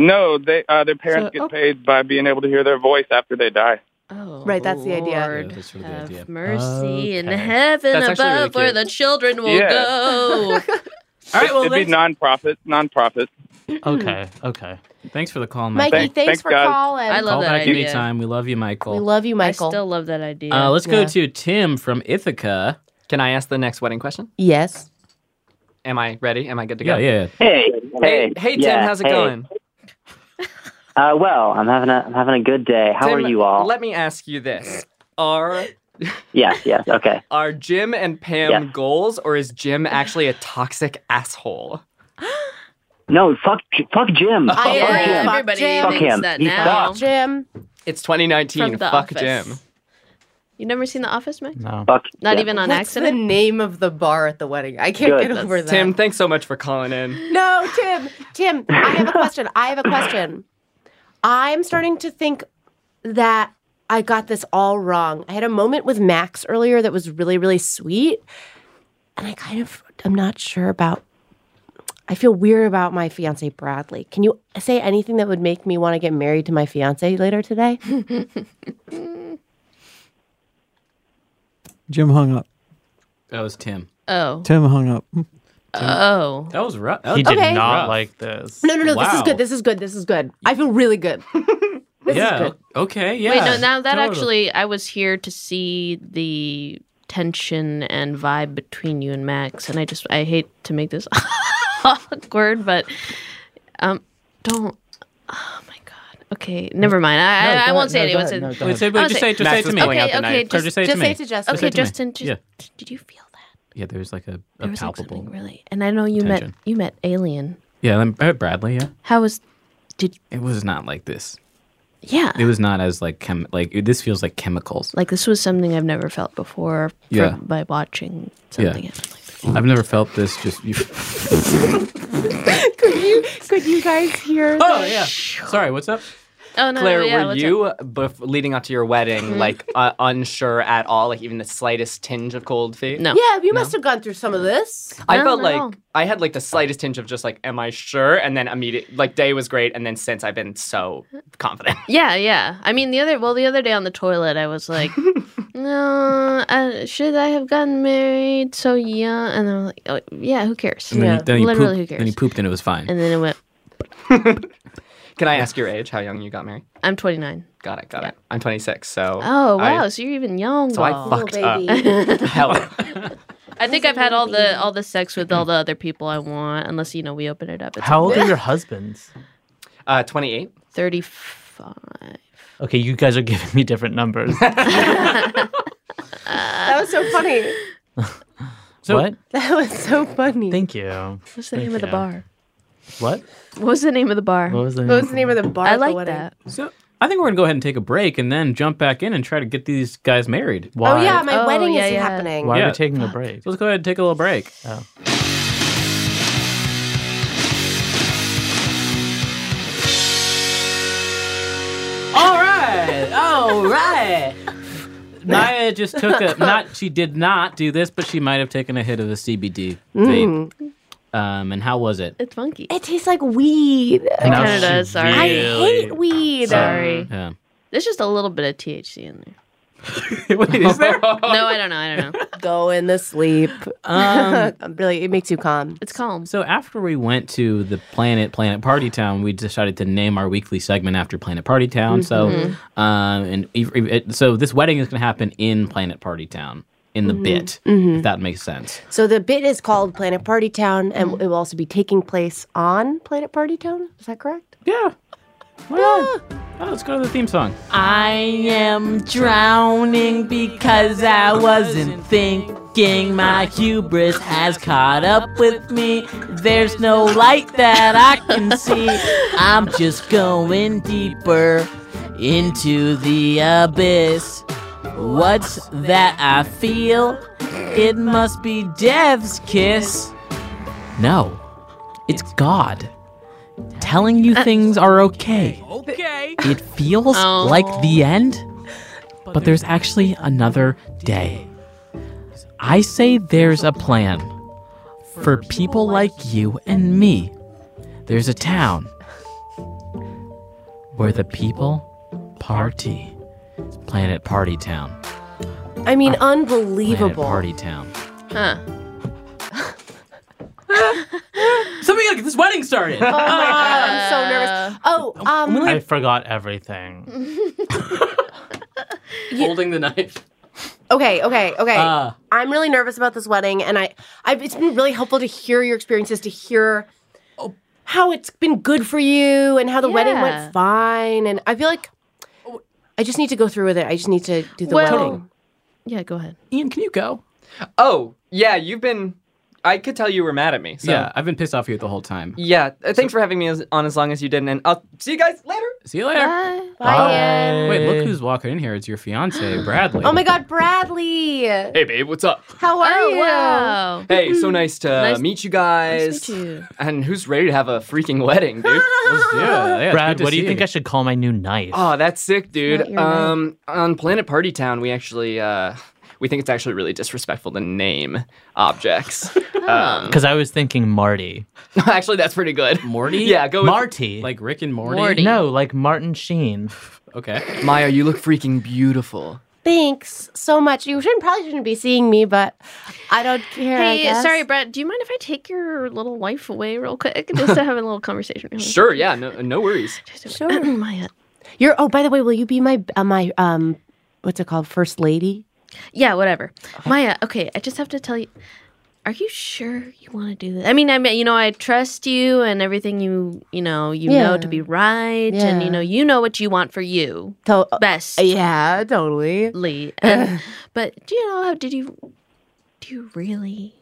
No, they uh, their parents So- get oh. paid by being able to hear their voice after they die. Oh, Right, that's the idea. Lord, Yeah, that's really the have idea. mercy in Okay. heaven That's actually really above, where cute. the children will Yeah. go. All right, well, Hmm. It'd be thanks, non-profit, non-profit. Okay, okay. thanks for the call, Mikey, Michael. thanks, Thanks- thanks, for guys. calling. I love call that back idea. anytime. We love you, Michael. we love you, I Michael. still love that idea. uh, let's go Yeah. to Tim from Ithaca. Can I ask the next wedding question? yes. Am I ready? Am I good to Yeah, go? yeah. Hey, Hey, hey, hey, Tim, yeah, how's it hey. going? Uh, well, I'm having a I'm having a good day. How Tim, are you all? Let me ask you this: Are yes, yes, okay. are Jim and Pam Yes. goals, or is Jim actually a toxic asshole? No, fuck, fuck Jim. I fuck am. Jim. Everybody fuck thinks him. that he now. sucks. Jim. It's From 2019. The Fuck Office. Jim. You never seen The Office, Max? No. Not even on What's accident? the name of the bar at the wedding? I can't Good. get over that. Tim, thanks so much for calling in. No, Tim, Tim, I have a question. I have a question. I'm starting to think that I got this all wrong. I had a moment with Max earlier that was really, really sweet. And I kind of, I'm not sure about, I feel weird about my fiance, Bradley. Can you say anything that would make me want to get married to my fiance later today? Jim hung up. That was Tim. Oh. Tim hung up. Hmm. Oh. That was rough. He did Okay. not Rough. like this. no, no, no. This is Wow. good. This is good. This is good. I feel really good. this Yeah. is good. Okay, Wait, no, now that actually, I was here to see the tension and vibe between you and Max, and I just, I hate to make this awkward, but um, don't. Oh my god. Okay, never mind. No, I, go I, I ahead, won't say no, it. go It was ahead, in- no, go I ahead. Say- won't just say it, just say Max it to was me. Okay, Just okay, say it just, to just me. say it to Justin. Just say Okay, it to me. Justin, just, Yeah. did you feel that? Yeah, there's like a, a There was like palpable. something really, and I know you tension. met you met Alien. Yeah, and uh, Bradley. Yeah, How was? Did it was not like this. yeah, It was not as like chem. Like it, this feels like chemicals. like this was something I've never felt before. For, Yeah. by watching yeah, something. I've never felt this. Just you. could you could you guys hear? Oh yeah. Sorry, what's up? Oh no, Claire, no, yeah, were what's you bef- leading up to your wedding Mhm. like uh, unsure at all, like even the slightest tinge of cold feet? Yeah, you must have gone through some of this. I felt like I had like the slightest tinge of just like, am I sure? And then immediate, like day was great, and then since I've been so confident. Yeah, yeah. I mean, the other well, the other day on the toilet, I was like, "No, I, should I have gotten married so young?" And I'm like, oh, "Yeah, who cares? And then yeah, you, then you literally, pooped, who Then you cares?" pooped and it was fine. And then it went. Can I ask your age? How young you got married? I'm 29. Got it. Got it. I'm 26. So. Oh I- wow, so you're even young. so I though. fucked up. Hell. I think I've had all the all the sex with all the other people I want, unless you know we open it up. It's How old are like your husbands? Uh, 28. 35. Okay, you guys are giving me different numbers. that was so funny. so, what? That was so funny. Thank you. What's the name of the bar? What? What was the name of the bar? What was the What was the name of the bar? I at the like wedding? that. So I think we're gonna go ahead and take a break and then jump back in and try to get these guys married. Oh yeah, my Oh, wedding yeah, is yeah. happening. Why are we taking a break? So let's go ahead and take a little break. Oh. All right. All right. Naya just took a not. She did not do this, but she might have taken a hit of the CBD vape. Mm. Um, and how was it? It's funky. Mm. It tastes like weed. It And now kinda she does, sorry. I really- hate weed. Sorry. Yeah. There's just a little bit of THC in there. Wait, is there? No, I don't know. I don't know. Go in the sleep. Um, really, it makes you calm. It's calm. So after we went to the Planet Planet Party Town, we decided to name our weekly segment after Planet Party Town. Mhm. So, um, and if- if it, so this wedding is going to happen in Planet Party Town in the Mhm. bit, Mhm. if that makes sense. So the bit is called Planet Party Town, and Mm. it will also be taking place on Planet Party Town. Is that correct? Yeah. Well, oh, let's go to the theme song. I am drowning because I wasn't thinking. My hubris has caught up with me. There's no light that I can see. I'm just going deeper into the abyss. What's that I feel? It must be Dev's kiss. No, it's God telling you things are okay. Okay. It feels Oh. like the end, but there's actually another day. I say there's a plan for people like you and me. There's a town where the people party. It's Planet Party Town. I mean, Planet unbelievable. Party Town. Huh. Something like this wedding started. Oh my god, I'm Uh, so nervous. Oh, um, I forgot everything. Holding the knife. Okay, okay, okay. Uh. I'm really nervous about this wedding, and I, I've, it's been really helpful to hear your experiences, to hear Oh. how it's been good for you, and how the wedding Yeah. went fine. And I feel like I just need to go through with it. I just need to do the Well- wedding. Yeah, go ahead. Ian, can you go? Oh, yeah, you've been. I could tell you were mad at me. So. Yeah, I've been pissed off at you the whole time. Yeah. uh, Thanks for having me as- on as long as you didn't. And I'll see you guys later. See you later. Bye. Wait, look who's walking in here. It's your fiance, Bradley. Oh my God, Bradley! Hey, babe, what's up? How are Oh, you? wow. Hey, so nice to Mm-hmm. uh, Nice- meet you guys. nice to meet you. And who's ready to have a freaking wedding, dude? yeah, Brad, what do you think I should call my new knife? Oh, that's sick, not dude. your name. Um, on Planet Party Town, we actually uh, we think it's actually really disrespectful to name objects. Ah. Um, Because I was thinking Marty. actually, that's pretty good. Morty. Yeah, go with Marty. Like Rick and Morty. No, like Martin Sheen. okay. Maya, you look freaking beautiful. Thanks so much. You shouldn't probably shouldn't be seeing me, but I don't care. I Hey, guess. sorry, Brett. Do you mind if I take your little wife away real quick just to have a little conversation? real Sure, yeah, no, no worries. Sure, Maya. You're. Oh, by the way, will you be my uh, my um, what's it called, first lady? quick? Yeah, whatever. Maya, okay. I just have to tell you. Are you sure you want to do this? I mean, I mean, you know, I trust you and everything you, you know, you know to be Yeah. right, and Yeah. you know, you know what you want for you. To- Best. uh, Yeah, totally. Lee. And- but do you know? how- Did you? Do you really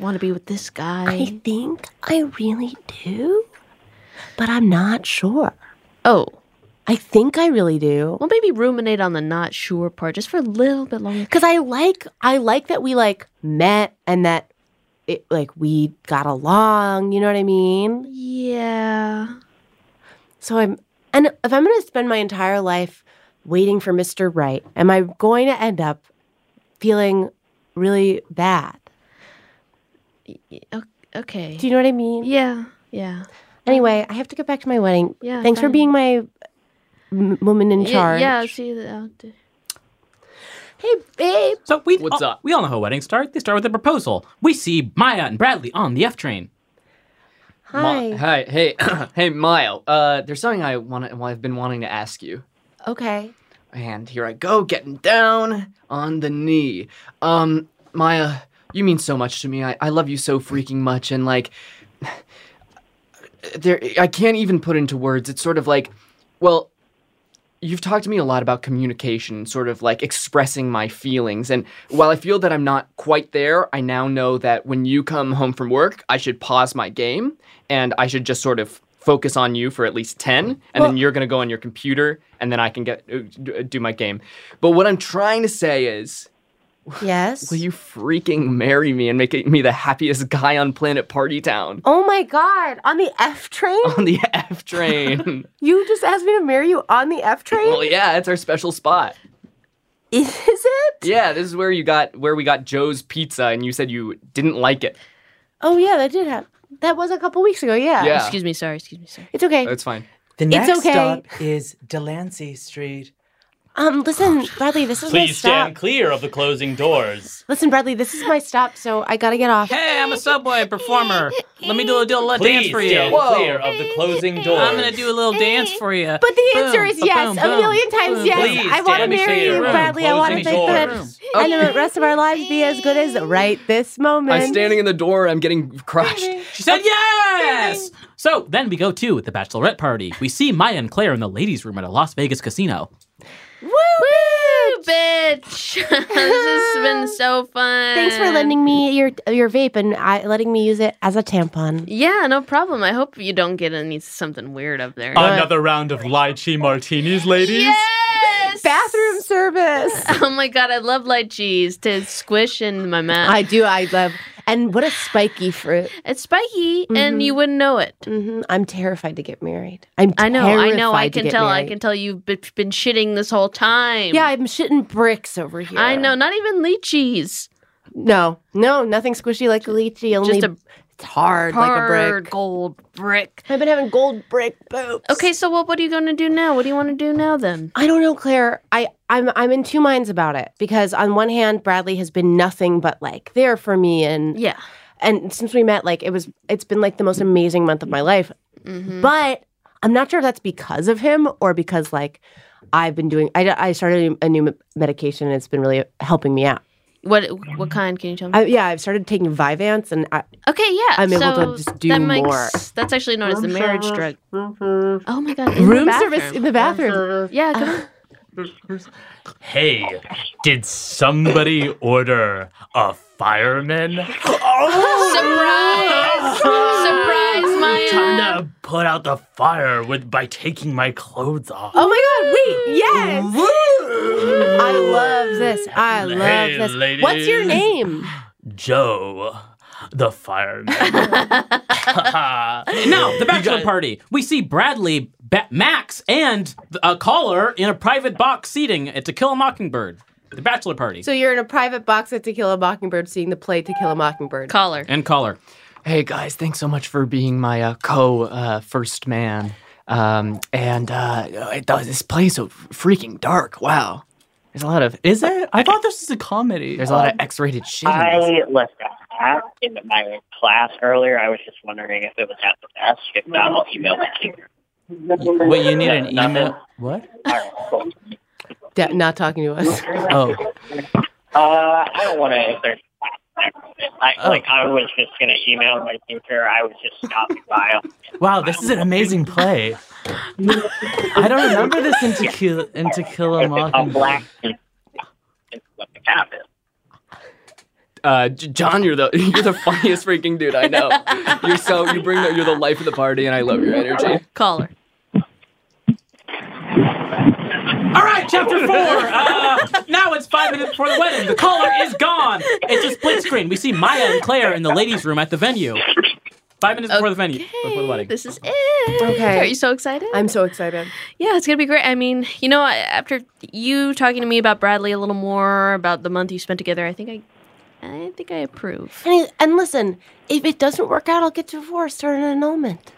want to be with this guy? I think I really do, but I'm not sure. Oh, I think I really do. Well, maybe ruminate on the not sure part just for a little bit longer. Cause I like I like that we like met and that it like we got along. You know what I mean? Yeah. So I'm and if I'm gonna spend my entire life waiting for Mr. Right, am I going to end up feeling really bad? Okay. Do you know what I mean? Yeah. Yeah. Anyway, I have to get back to my wedding. Yeah, Thanks for fine. being my m- woman in Y- charge. Yeah. See. the- uh, I'll do- Hey, babe. So we What's all, up? We all know how weddings start. They start with a proposal. We see Maya and Bradley on the F train. Hi. Hi, hey, hey, Maya. Uh, there's something I want. Well, I've been wanting to ask you. Okay. And here I go, getting down on the knee. Um, Maya, you mean so much to me. I, I love you so freaking much, and like, there, I can't even put into words. It's sort of like, well, you've talked to me a lot about communication, sort of like expressing my feelings. And while I feel that I'm not quite there, I now know that when you come home from work, I should pause my game and I should just sort of focus on you for at least 10 and Well- then you're going to go on your computer and then I can get uh, d- do my game. But what I'm trying to say is Yes. will you freaking marry me and make me the happiest guy on planet Party Town Oh my god, on the F train? on the F train? You just asked me to marry you on the F train? well, yeah, it's our special spot. Is it? Yeah, this is where you got where we got Joe's pizza, and you said you didn't like it. Oh yeah, that did happen. That was a couple weeks ago. Yeah. Yeah. Excuse me. Sorry. Excuse me. Sorry. It's okay. That's fine. The It's next okay. stop is Delancey Street. Um, Oh, listen, Bradley, this is my Please stop. stand clear of the closing doors. Listen, Bradley, this is my stop, so I gotta get off. Hey, I'm a subway performer. Let me do a little dance Please for you. stand clear of the closing doors. I'm gonna do a little dance for you. Eh, But the answer is yes, a million times yes. Please I want to stand marry clear you, of Bradley. I want to make closing the doors. and the rest of our lives be as good as right this moment. I'm standing in the door. I'm getting crushed. She said yes. So then we go to the bachelorette party. We see Maya and Claire in the ladies' room at a Las Vegas casino. Woo! Woo, bitch. this has been so fun. Thanks for lending me your your vape and I, letting me use it as a tampon. Yeah, no problem. I hope you don't get any something weird up there. Another round of lychee martinis, ladies. Yes. Bathroom service. Oh my god, I love lychees to squish in my mouth. I do. I love. And what a spiky fruit. It's spiky, and you wouldn't know it. hmm I'm terrified to get married. I'm. I know, I know, I terrified to can get tell. I married. can tell you've b- been shitting this whole time. Yeah, I'm shitting bricks over here. I know. Not even lychees. No, no, nothing squishy like a lychee. Only a it's hard like a Hard brick. gold brick. I've been having gold brick boobs. Okay, so well, what are you going to do now? What do you want to do now then? I don't know, Claire. I I'm I'm in two minds about it because on one hand, Bradley has been nothing but like there for me and Yeah. and since we met, like it was it's been like the most amazing month of my life. Mhm. But I'm not sure if that's because of him or because like I've been doing I I started a new me- medication and it's been really helping me out. What what kind can you tell me? I, yeah, I've started taking Vyvanse and I, okay, yeah. I'm able so to just do that makes, more. That's actually known as the marriage drug. Oh my god. in the room service bathroom. in the bathroom. Yeah, come on. Hey, did somebody order a fireman? Surprise! Surprise, Maya. Time to put out the fire with by taking my clothes off. Oh my god, wait, yes. this? I love Hey, this. What's your ladies. name? Joe, the fireman. Now, the bachelor party. We see Bradley, ba- Max, and a caller in a private box seating at To Kill a Mockingbird. The bachelor party. So you're in a private box at To Kill a Mockingbird seeing the play To Kill a Mockingbird. Caller. and caller. Hey guys, thanks so much for being my uh, co uh, first man. Um, and uh, it does this place so freaking dark. Wow, there's a lot of is it? I thought this was a comedy. Um, There's a lot of X-rated shit. In I this. left a hat in my class earlier. I was just wondering if it was at the desk. If not, I'll email my teacher. Wait, you need an Nothing. email- What? De- not talking to us. Oh. Uh, I don't want to. If there's, I, Like, Oh. I was just gonna email my teacher. I was just stopping by. Wow, this is an amazing play. I don't remember this in Tequila, in Tequila Mockingbird. Uh, J- John, you're the you're the funniest freaking dude I know. You're so you bring the, you're the life of the party, and I love your energy. Caller. All right, chapter four. Uh, now it's five minutes before the wedding. The caller is gone. It's a split screen. We see Maya and Claire in the ladies' room at the venue. Five minutes before the venue. Before the wedding. This is it. Okay. Are you so excited? I'm so excited. Yeah, it's gonna be great. I mean, you know, I- after you talking to me about Bradley a little more about the month you spent together, I think I, I think I approve. And, and listen, if it doesn't work out, I'll get divorced or an annulment.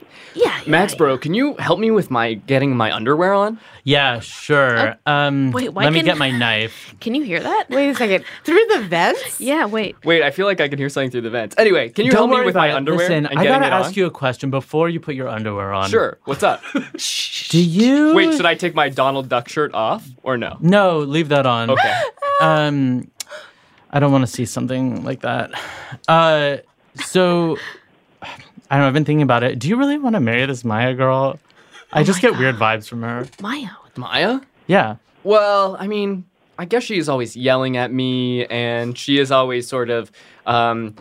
Max, bro, can you help me with my getting my underwear on? Oh, Yeah, sure. um, wait, why let me can- get my knife. Can you hear that? Wait a second. Through the vents? Yeah. Wait. Wait, I feel like I can hear something through the vents. Anyway, can you Don't help me worry with about my it. underwear Listen, and I getting gotta it on? ask you a question before you put your underwear on. Sure. What's up? Do you? Wait, should I take my Donald Duck shirt off or no? No, leave that on. Okay. um, I don't want to see something like that. Uh, so I don't know. I've been thinking about it. Do you really want to marry this Maya girl? I just get weird vibes from her. Maya. Maya? Yeah. Well, I mean, I guess she is always yelling at me, and she is always sort of, um,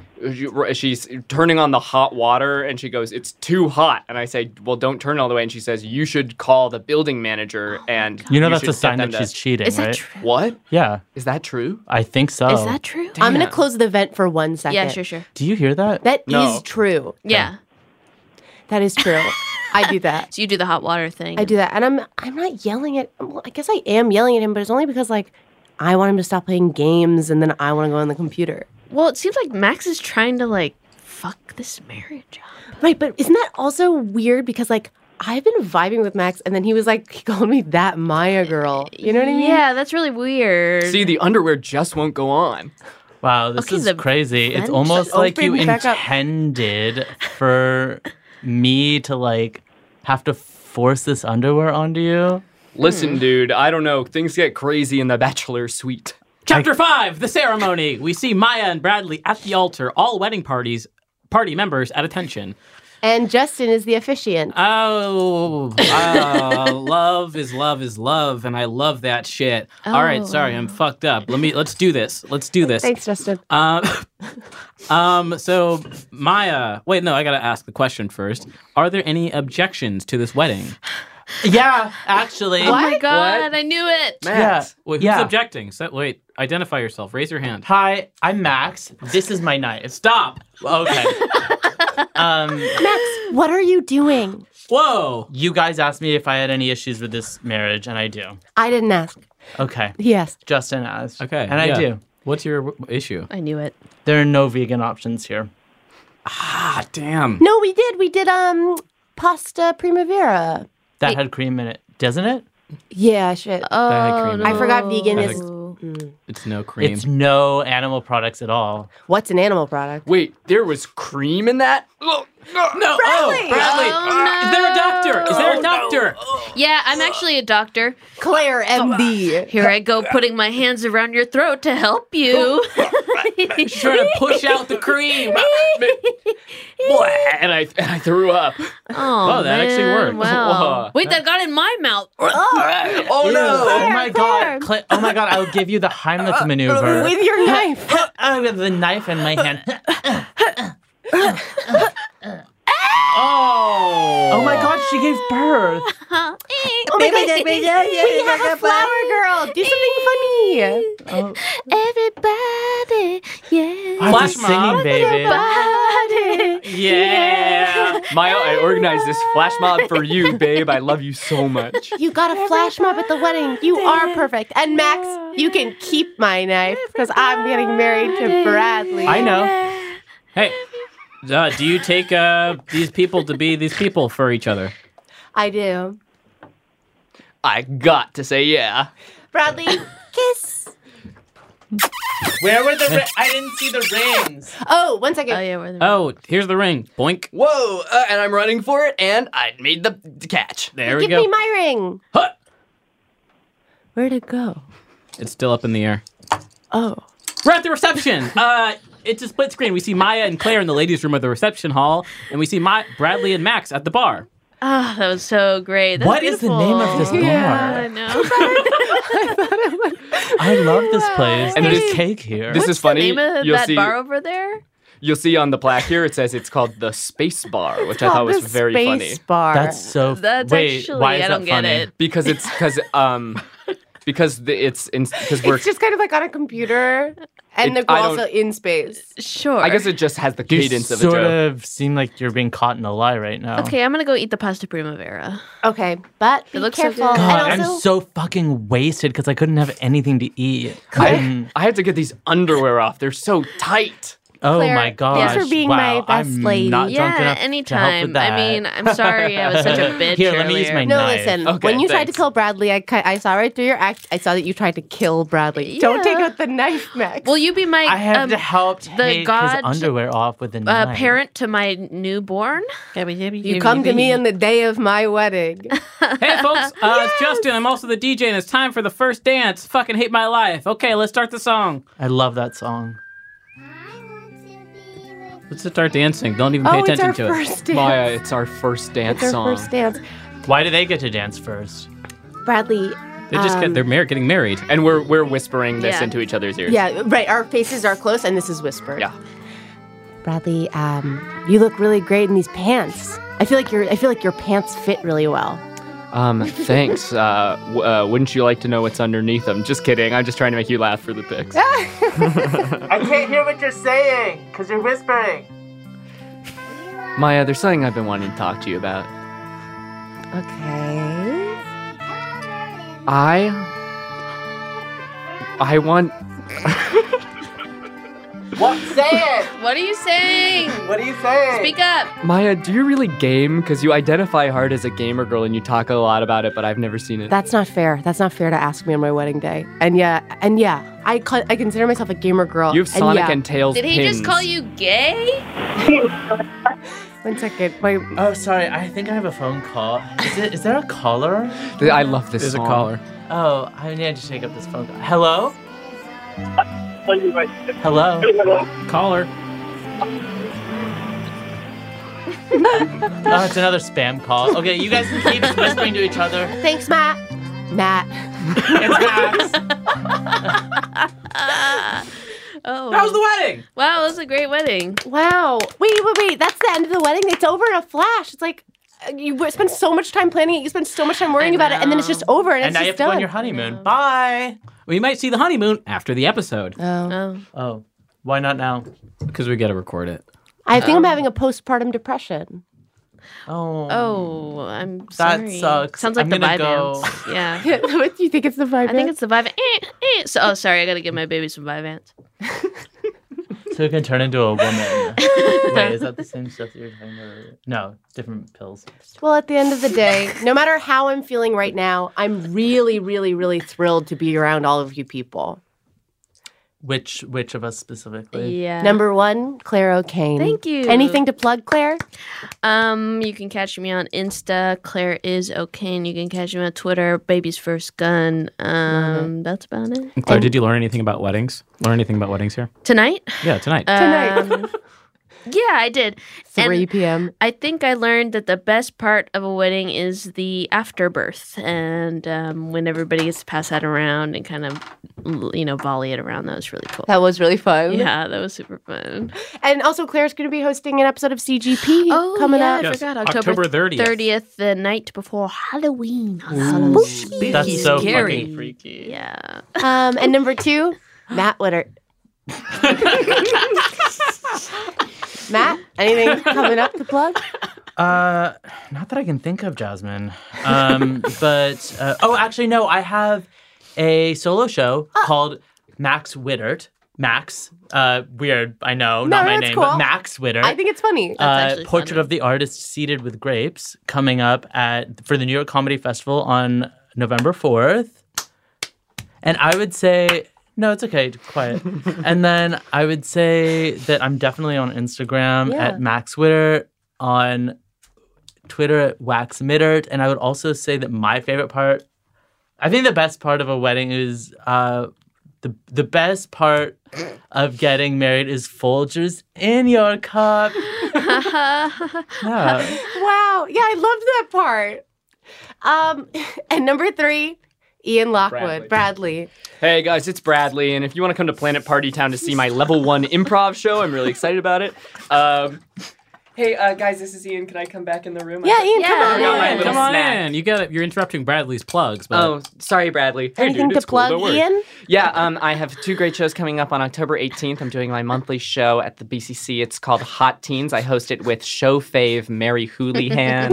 she's turning on the hot water, and she goes, "It's too hot," and I say, "Well, don't turn it all the way," and she says, "You should call the building manager." and Oh You know that's should a get sign them that to-" she's cheating, Is that right? true? What? Yeah. Is that true? I think so. Is that true? I'm going Damn. to close the vent for one second. Yeah, sure, sure. Do you hear that? That is No. true. Yeah. That is true. I do that. So you do the hot water thing. I do that, and I'm I'm not yelling at. Well, I guess I am yelling at him, but it's only because like I want him to stop playing games, and then I want to go on the computer. Well, it seems like Max is trying to like fuck this marriage. Right, but isn't that also weird? Because like I've been vibing with Max, and then he was like he called me that Maya girl. You know what I mean? Yeah, that's really weird. See, the underwear just won't go on. Hmm. Wow, this Okay, is the crazy. It's vents almost like you opened back up. intended for me to like have to force this underwear onto you. Listen, dude, I don't know. Things get crazy in the bachelor suite. Chapter five, the ceremony. We see Maya and Bradley at the altar, all wedding parties, party members at attention. And Justin is the officiant. Oh, uh, love is love is love, and I love that shit. All Oh. right, sorry, I'm fucked up. Let me let's do this. Let's do this. Thanks, Justin. Um, um, so Maya, wait, no, I gotta ask the question first. Are there any objections to this wedding? Yeah, actually. Oh my god, I knew it. Wait, who's Yeah. objecting? So, wait, identify yourself. Raise your hand. Hi, I'm Max. This is my knife. Stop. Okay. um, Max, what are you doing? Whoa. You guys asked me if I had any issues with this marriage, and I do. I didn't ask. Okay. He asked. Justin asked. Okay. And I yeah. do. What's your w- issue? I knew it. There are no vegan options here. Ah, damn. No, we did. We did um pasta primavera. That had cream in it, doesn't it? Yeah, shit. had Oh, cream in it. I forgot vegan That had- is. It's no cream. It's no animal products at all. What's an animal product? Wait, there was cream in that? Oh, No, Oh, no, oh, Bradley! Bradley, Oh, is there a doctor? Is there a doctor? Yeah, I'm actually a doctor. Claire MD. Here I go putting my hands around your throat to help you. She's trying to push out the cream. and I and I threw up. Oh, Wow, that actually man, worked. Wow. Wow. Wait, that got in my mouth. Oh no! oh my god! Cla- oh my god! I'll give you the Heimlich maneuver With your knife. Uh, with the knife in my hand. Oh! Oh my god! She gave birth. Oh my god, yeah, yeah, yeah, we have a flower girl. Do something funny. Oh. Everybody, yeah. I was Flash mob. singing, baby. Everybody, Yeah. Maya, I organized this flash mob for you, babe. I love you so much. You got a flash mob at the wedding. You are perfect. And Max, you can keep my knife because I'm getting married to Bradley. I know. Hey, uh, do you take uh, these people to be these people for each other? I do. I got to say, yeah. Bradley, kiss. Where were the? Ri- I didn't see the rings. Oh, one second. Oh yeah, where the Oh, here's the ring. Boink. Whoa! Uh, and I'm running for it, and I made the the catch. There we Give go. me my ring. Where'd it go? it's still up in the air. Oh. We're at the reception. Uh, it's a split screen. We see Maya and Claire in the ladies' room of the reception hall, and we see My- Bradley and Max at the bar. Oh, that was so great. That's What is the name of beautiful. this Yeah, bar? I know. I love this place. And And this- there's cake here. this is funny. name of You'll that see. bar over there? You'll see on the plaque here. It says it's called the Space Bar, which I thought was very funny. That's so. That's Wait, actually, why is I that don't get funny? it. Because it's because um because the, it's because we're It's just kind of like on a computer, and It- they're I also in space. Sure. I guess it just has the You cadence of a sort joke. of seem like you're being caught in a lie right now. Okay, I'm gonna go eat the pasta primavera. Okay, but it looks careful. So good. God, I'm so fucking wasted because I couldn't have anything to eat. Um, I, I had to get these underwear off. They're so tight. Oh my gosh! wow, I'm Not drunk enough yeah, To help anytime. with that. I mean, I'm sorry I was such a bitch. Here, let me use my no, knife. listen. when you tried to kill Bradley, I, ki- I saw right through your act. I saw that you tried to kill Bradley. Don't take out the knife, Max. Will you be my? I have um, to help take the god his underwear off with a uh, knife. parent to my newborn. You come to me on the day of my wedding. Hey, folks, uh, it's Justin. I'm also the DJ, and it's time for the first dance. Fucking hate my life. Okay, let's start the song. I love that song. Let's start dancing. Don't even pay Oh, it's attention our to it. first dance. Maya, it's our first dance It's our first dance. Why do they get to dance first? Bradley. They just um, get they're mar- getting married, and we're we're whispering this Yeah. into each other's ears. Yeah, right. Our faces are close, and this is whispered. Yeah. Bradley, um, you look really great in these pants. I feel like your I feel like your pants fit really well. Um, thanks. Uh, w- uh, wouldn't you like to know what's underneath them? Just kidding. I'm just trying to make you laugh for the pics. I can't hear what you're saying because you're whispering. Maya, there's something I've been wanting to talk to you about. Okay. I. I want. What? Say it. What are you saying? What are you saying? Speak up. Maya, do you really game? Because you identify hard as a gamer girl and you talk a lot about it, but I've never seen it. That's not fair. That's not fair to ask me on my wedding day. And yeah, and yeah, I con- I consider myself a gamer girl. You have Sonic yeah. and Tails Did he just call you gay? One second. My oh, sorry. I think I have a phone call. Is it? Is there a caller? Th- I love this There's song. a caller. Oh, I need to take up this phone call. Hello. Hello. Caller. Oh, it's another spam call. Okay, you guys can keep whispering to each other. Thanks, Matt. Matt. Oh. How's the wedding? Wow, that was a great wedding. Wow. Wait, wait, wait. That's the end of the wedding. It's over in a flash. It's like uh, you w- spend so much time planning it. You spend so much time worrying about it, and then it's just over, and, And it's now just you have to done. go on your honeymoon. Bye. We might see the honeymoon after the episode. Oh. Oh, why not now? Because we got to record it. I Uh-huh. think I'm Um, having a postpartum depression. Oh. Oh, I'm That sorry. sucks. Sounds like I'm the gonna vibe go- ants. Yeah. what do you think it's the vibe? I think it's the vibe. Eh, eh. So, oh, sorry. I got to give my baby some vibe ants. So it can turn into a woman. Wait, is that the same stuff that you're talking about? earlier? No, different pills. Well, at the end of the day, no matter how I'm feeling right now, I'm really, really, really thrilled to be around all of you people. Which which of us specifically? Number one, Claire O'Kane. Thank you. Anything to plug, Claire? Um, you can catch me on Insta. Claire is okay. And you can catch me on Twitter. Baby's first gun. Um, that's about it. And Claire, Uh, did you learn anything about weddings? Learn anything about weddings here? Tonight. Yeah, tonight. Um, Yeah, I did. 3 p.m. I think I learned that the best part of a wedding is the afterbirth, and um, when everybody gets to pass that around and kind of, you know, volley it around. That was really cool. That was really fun. Yeah, that was super fun. And also, Claire's going to be hosting an episode of CGP coming Oh, yeah, up. I forgot October, October 30th. 30th, the night before Halloween. Ooh, that's so fucking freaky. Yeah. Um, and number two, Matt Witter. Matt, anything coming up to plug? Uh, not that I can think of, Jasmine. Um, but uh, oh, actually, no. I have a solo show Ah. called Max Wittert. Max, uh, weird. I know, No, not my that's name, cool. but Max Wittert. I think it's funny. Uh, Portrait of the Artist Seated with Grapes coming up at for the New York Comedy Festival on November 4th. And I would say no, it's okay, quiet. and then I would say that I'm definitely on Instagram Yeah. at Max Witter, on Twitter at Wax Mittert, and I would also say that my favorite part I think the best part of a wedding is uh, the the best part of getting married is Folgers in your cup. Yeah. wow. Yeah, I loved that part. Um, and number three, Ian Lockwood, Bradley. Hey guys, it's Bradley, and if you want to come to Planet Party Town to see my level one improv show, I'm really excited about it. Um, Hey uh, guys, this is Ian. Can I come back in the room? Yeah, Ian, come on in. Come on, Little snack. in. You got it. You're interrupting Bradley's plugs. But Oh, sorry, Bradley. Hey, Anything dude, to it's cool, plug, don't worry. Ian? Yeah, um, I have two great shows coming up on October 18th. I'm doing my monthly show at the BCC. It's called Hot Teens. I host it with show fave Mary Houlihan.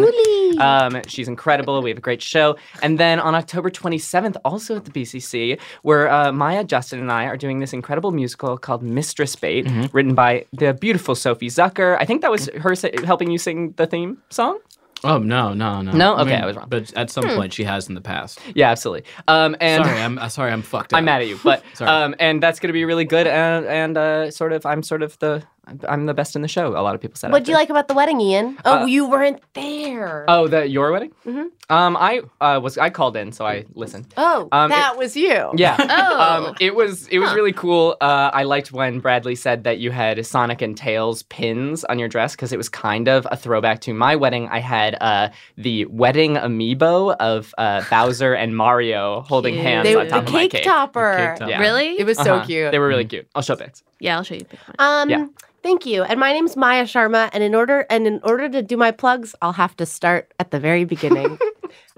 um, she's incredible. We have a great show. And then on October 27th, also at the BCC, where uh, Maya, Justin, and I are doing this incredible musical called Mistress Bait, Mhm. written by the beautiful Sophie Zucker. I think that was her sa- helping you sing the theme song. Oh no, no, no. No? Okay, I was wrong. But at some Hmm. point, she has in the past. Yeah, absolutely. Um, and sorry, I'm uh, sorry, I'm fucked. I'm mad at you, but Sorry. um, and that's gonna be really good. And, and uh, sort of, I'm sort of the, I'm the best in the show. A lot of people said. What do you like about the wedding, Ian? Oh, Uh, you weren't there. Oh, the your wedding? Mm-hmm. Mhm. Um, I uh, was I called in, so I listened. Oh, Um, that it- was you. Yeah. Oh. Um, it was it was really cool. Uh, I liked when Bradley said that you had Sonic and Tails pins on your dress because it was kind of a throwback to my wedding. I had uh, the wedding amiibo of uh, Bowser and Mario holding Cute. hands They- on the top of my cake cake. Uh-huh. topper. The cake topper. Really? It was so cute. Mm. They were really cute. I'll show pics. Yeah, I'll show you. a pic. Um, Yeah. thank you. And my name's Maya Sharma. And in order and in order to do my plugs, I'll have to start at the very beginning.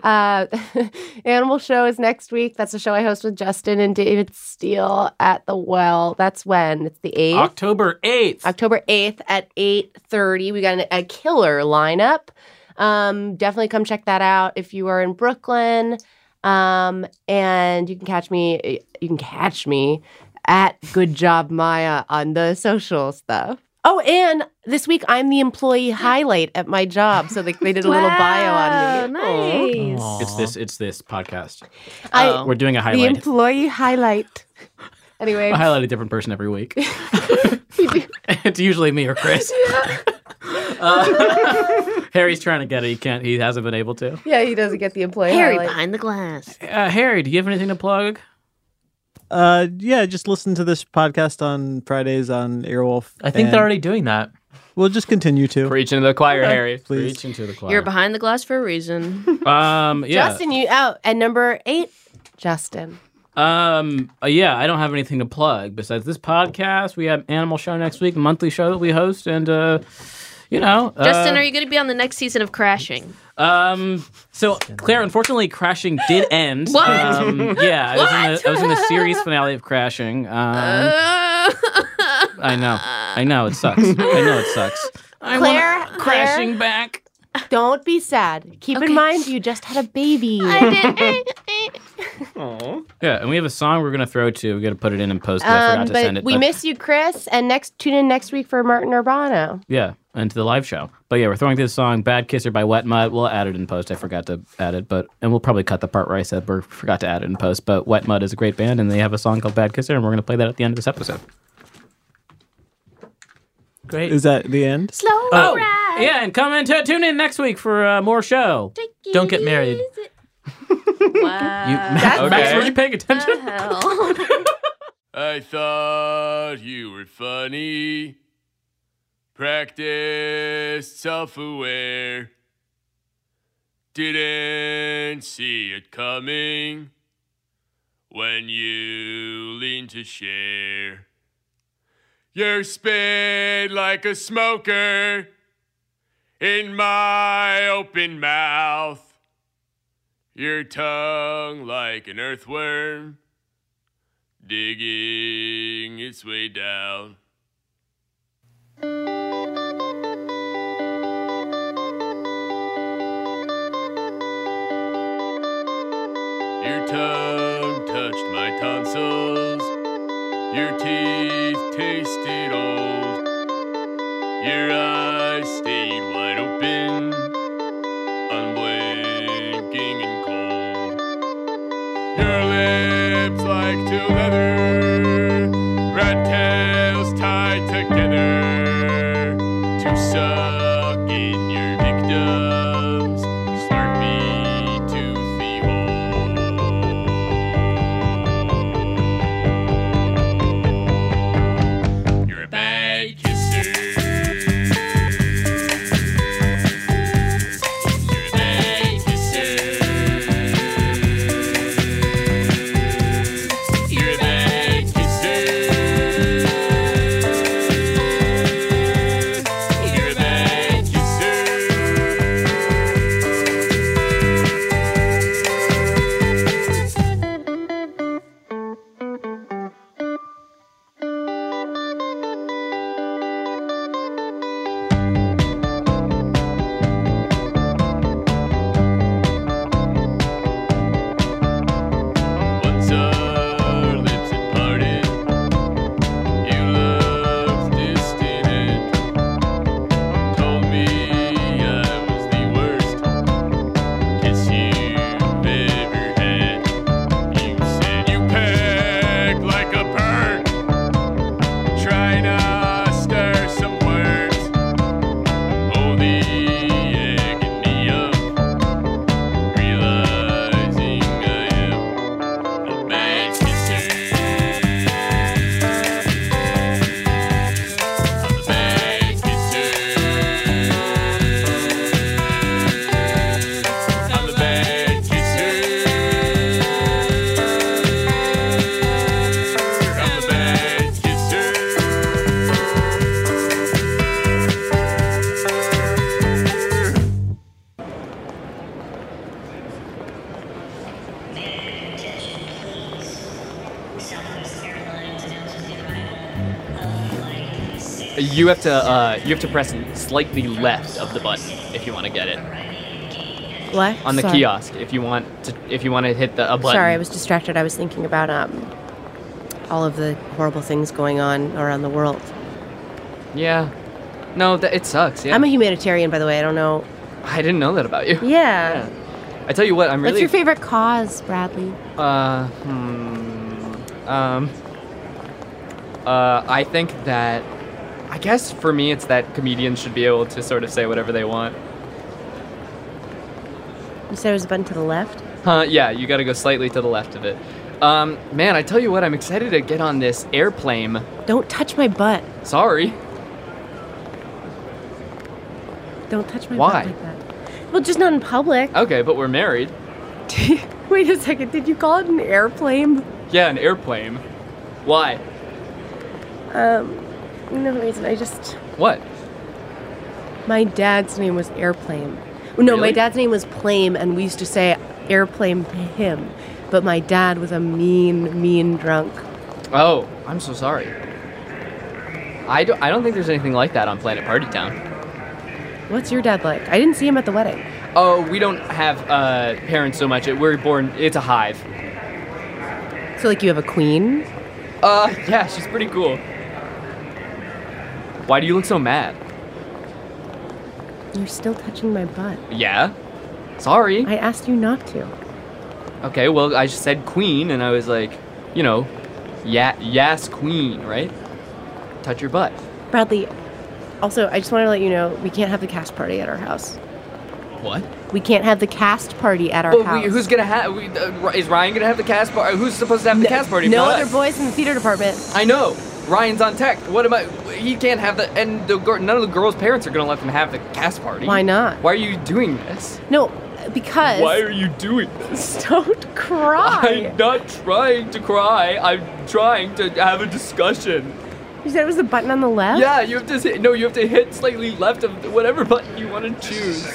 uh, Animal Show is next week. That's a show I host with Justin and David Steele at the Well. That's when it's the eighth. October eighth. October eighth at eight thirty. We got an, a killer lineup. Um, definitely come check that out if you are in Brooklyn. Um, and you can catch me. eh, You can catch me at Good Job Maya on the social stuff. Oh, and this week I'm the employee highlight at my job, so they, they did a little bio on me. Nice. It's this. It's this podcast. I- We're doing a The highlight. employee highlight. Anyway, I highlight a different person every week. it's usually me or Chris. Uh, Harry's trying to get it. He can't. He hasn't been able to. yeah, he doesn't get the employee Harry highlight. behind the glass. Uh, Harry, do you have anything to plug? Uh, yeah, just listen to this podcast on Fridays on Earwolf. I think they're already doing that. We'll just continue to preach into the choir, Harry. Please. Reaching to the choir. You're behind the glass for a reason. Um, yeah. Justin, you out. And number eight, Justin. Um. uh, Yeah, I don't have anything to plug besides this podcast. We have Animal Show next week, monthly show that we host, and uh, you know, Justin, uh, are you going to be on the next season of Crashing? Um. So Claire, unfortunately, Crashing did end. What? Um, yeah, I was in the I was in the series finale of Crashing. Um, Uh. I know, I know, it sucks. I know it sucks. Claire, crashing back. Don't be sad. Keep in mind you just had a baby. Yeah, and we have a song we're gonna throw to. We gotta put it in and post. it. I forgot um, to send but it. we miss you, Chris. And next, tune in next week for Martin Urbano. Yeah, and to the live show. But yeah, we're throwing this song "Bad Kisser" by Wet Mud. We'll add it in post. I forgot to add it, but and we'll probably cut the part where I said we forgot to add it in post. But Wet Mud is a great band, and they have a song called "Bad Kisser," and we're gonna play that at the end of this episode. Great. Is that the end? Slow Oh, yeah, and come and t- tune in next week for uh, more show. Don't get married. wow. You, Max, Okay. Max, were you paying attention? I thought you were funny, Practice self aware. Didn't see it coming when you lean to share. You're spit like a smoker in my open mouth. Your tongue like an earthworm digging its way down. Your tongue touched my tonsils. Your teeth tasted old. Your eyes stayed wide open, unblinking and cold. Your lips like two leather, rat tails tied together to suck in your victims. Slurpy, toothy hole. You're a bad kisser. You're a bad kisser. You're a bad kisser. You're a bad kisser. Once our lips had parted, you looked distant, told me I was the worst kiss you've ever had. You said you peck like a bird, trying to stir some words. Oh, the agony of realizing I am. You have to uh, you have to press slightly left of the button if you want to get it What? on the Sorry. kiosk. If you want to if you want to hit the a button. Sorry, I was distracted. I was thinking about um, all of the horrible things going on around the world. Yeah. No, that it sucks. Yeah. I'm a humanitarian, by the way. I don't know. I didn't know that about you. Yeah. I tell you what, I'm What's really your favorite cause, Bradley? Uh, hmm, um, uh, I think that, I guess for me, it's that comedians should be able to sort of say whatever they want. You said it was a button to the left. Huh? Yeah, you got to go slightly to the left of it. Um, man, I tell you what, I'm excited to get on this airplane. Don't touch my butt. Sorry. Don't touch my Why? butt like that. Well, just not in public. Okay, but we're married. Wait a second. Did you call it an airplane? Yeah, an airplane. Why? Um, no reason. I just What? my dad's name was Airplane. No, my Really? dad's name was Plame, and we used to say Airplane to him. But my dad was a mean, mean drunk. Oh, I'm so sorry. I don't, I don't think there's anything like that on Planet Party Town. What's your dad like? I didn't see him at the wedding. Oh, we don't have uh, parents so much. We're born. It's a hive. So like you have a queen? Uh, yeah, she's pretty cool. Why do you look so mad? You're still touching my butt. Yeah. Sorry. I asked you not to. Okay. Well, I just said queen, and I was like, you know, yeah, yes, queen, right? Touch your butt. Bradley, also I just want to let you know we can't have the cast party at our house. What? We can't have the cast party at our But house. we, who's gonna have? We, uh, Ry- is Ryan gonna have the cast party? Who's supposed to have the cast party? if no not other us? boys in the theater department. I know. Ryan's on tech. What am I? He can't have that. And the gir- none of the girls' parents are gonna let them have the cast party. Why not? Why are you doing this? No, because. Why are you doing this? Don't cry. I'm not trying to cry. I'm trying to have a discussion. You said it was the button on the left? Yeah, you have to hit. No, you have to hit slightly left of whatever button you want to choose.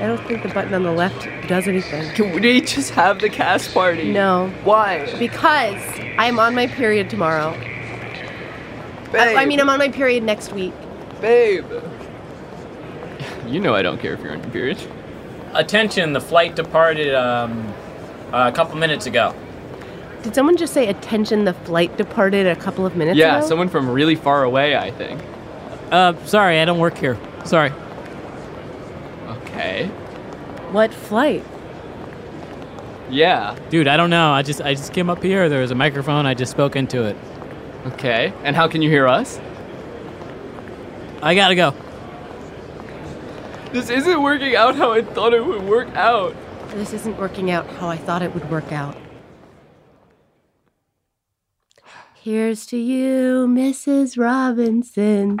I don't think the button on the left does anything. Can we just have the cast party? No. Why? Because I'm on my period tomorrow. I, I mean, I'm on my period next week. Babe. You know I don't care if you're on your period. Attention, the flight departed um, a couple minutes ago. Did someone just say attention? The flight departed a couple of minutes yeah, ago. someone from really far away, I think. Uh, sorry, I don't work here. Sorry. Okay. What flight? Yeah. Dude, I don't know. I just I just came up here. There was a microphone. I just spoke into it. Okay. And how can you hear us? I gotta go. This isn't working out how I thought it would work out. This isn't working out how I thought it would work out. Here's to you, Mrs. Robinson.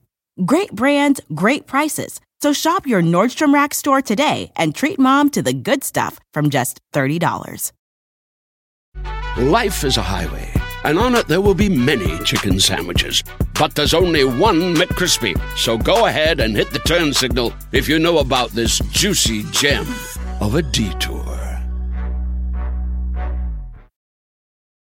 Great brands, great prices. So shop your Nordstrom Rack store today and treat mom to the good stuff from just $30. Life is a highway, and on it there will be many chicken sandwiches. But there's only one McCrispy. So go ahead and hit the turn signal if you know about this juicy gem of a detour.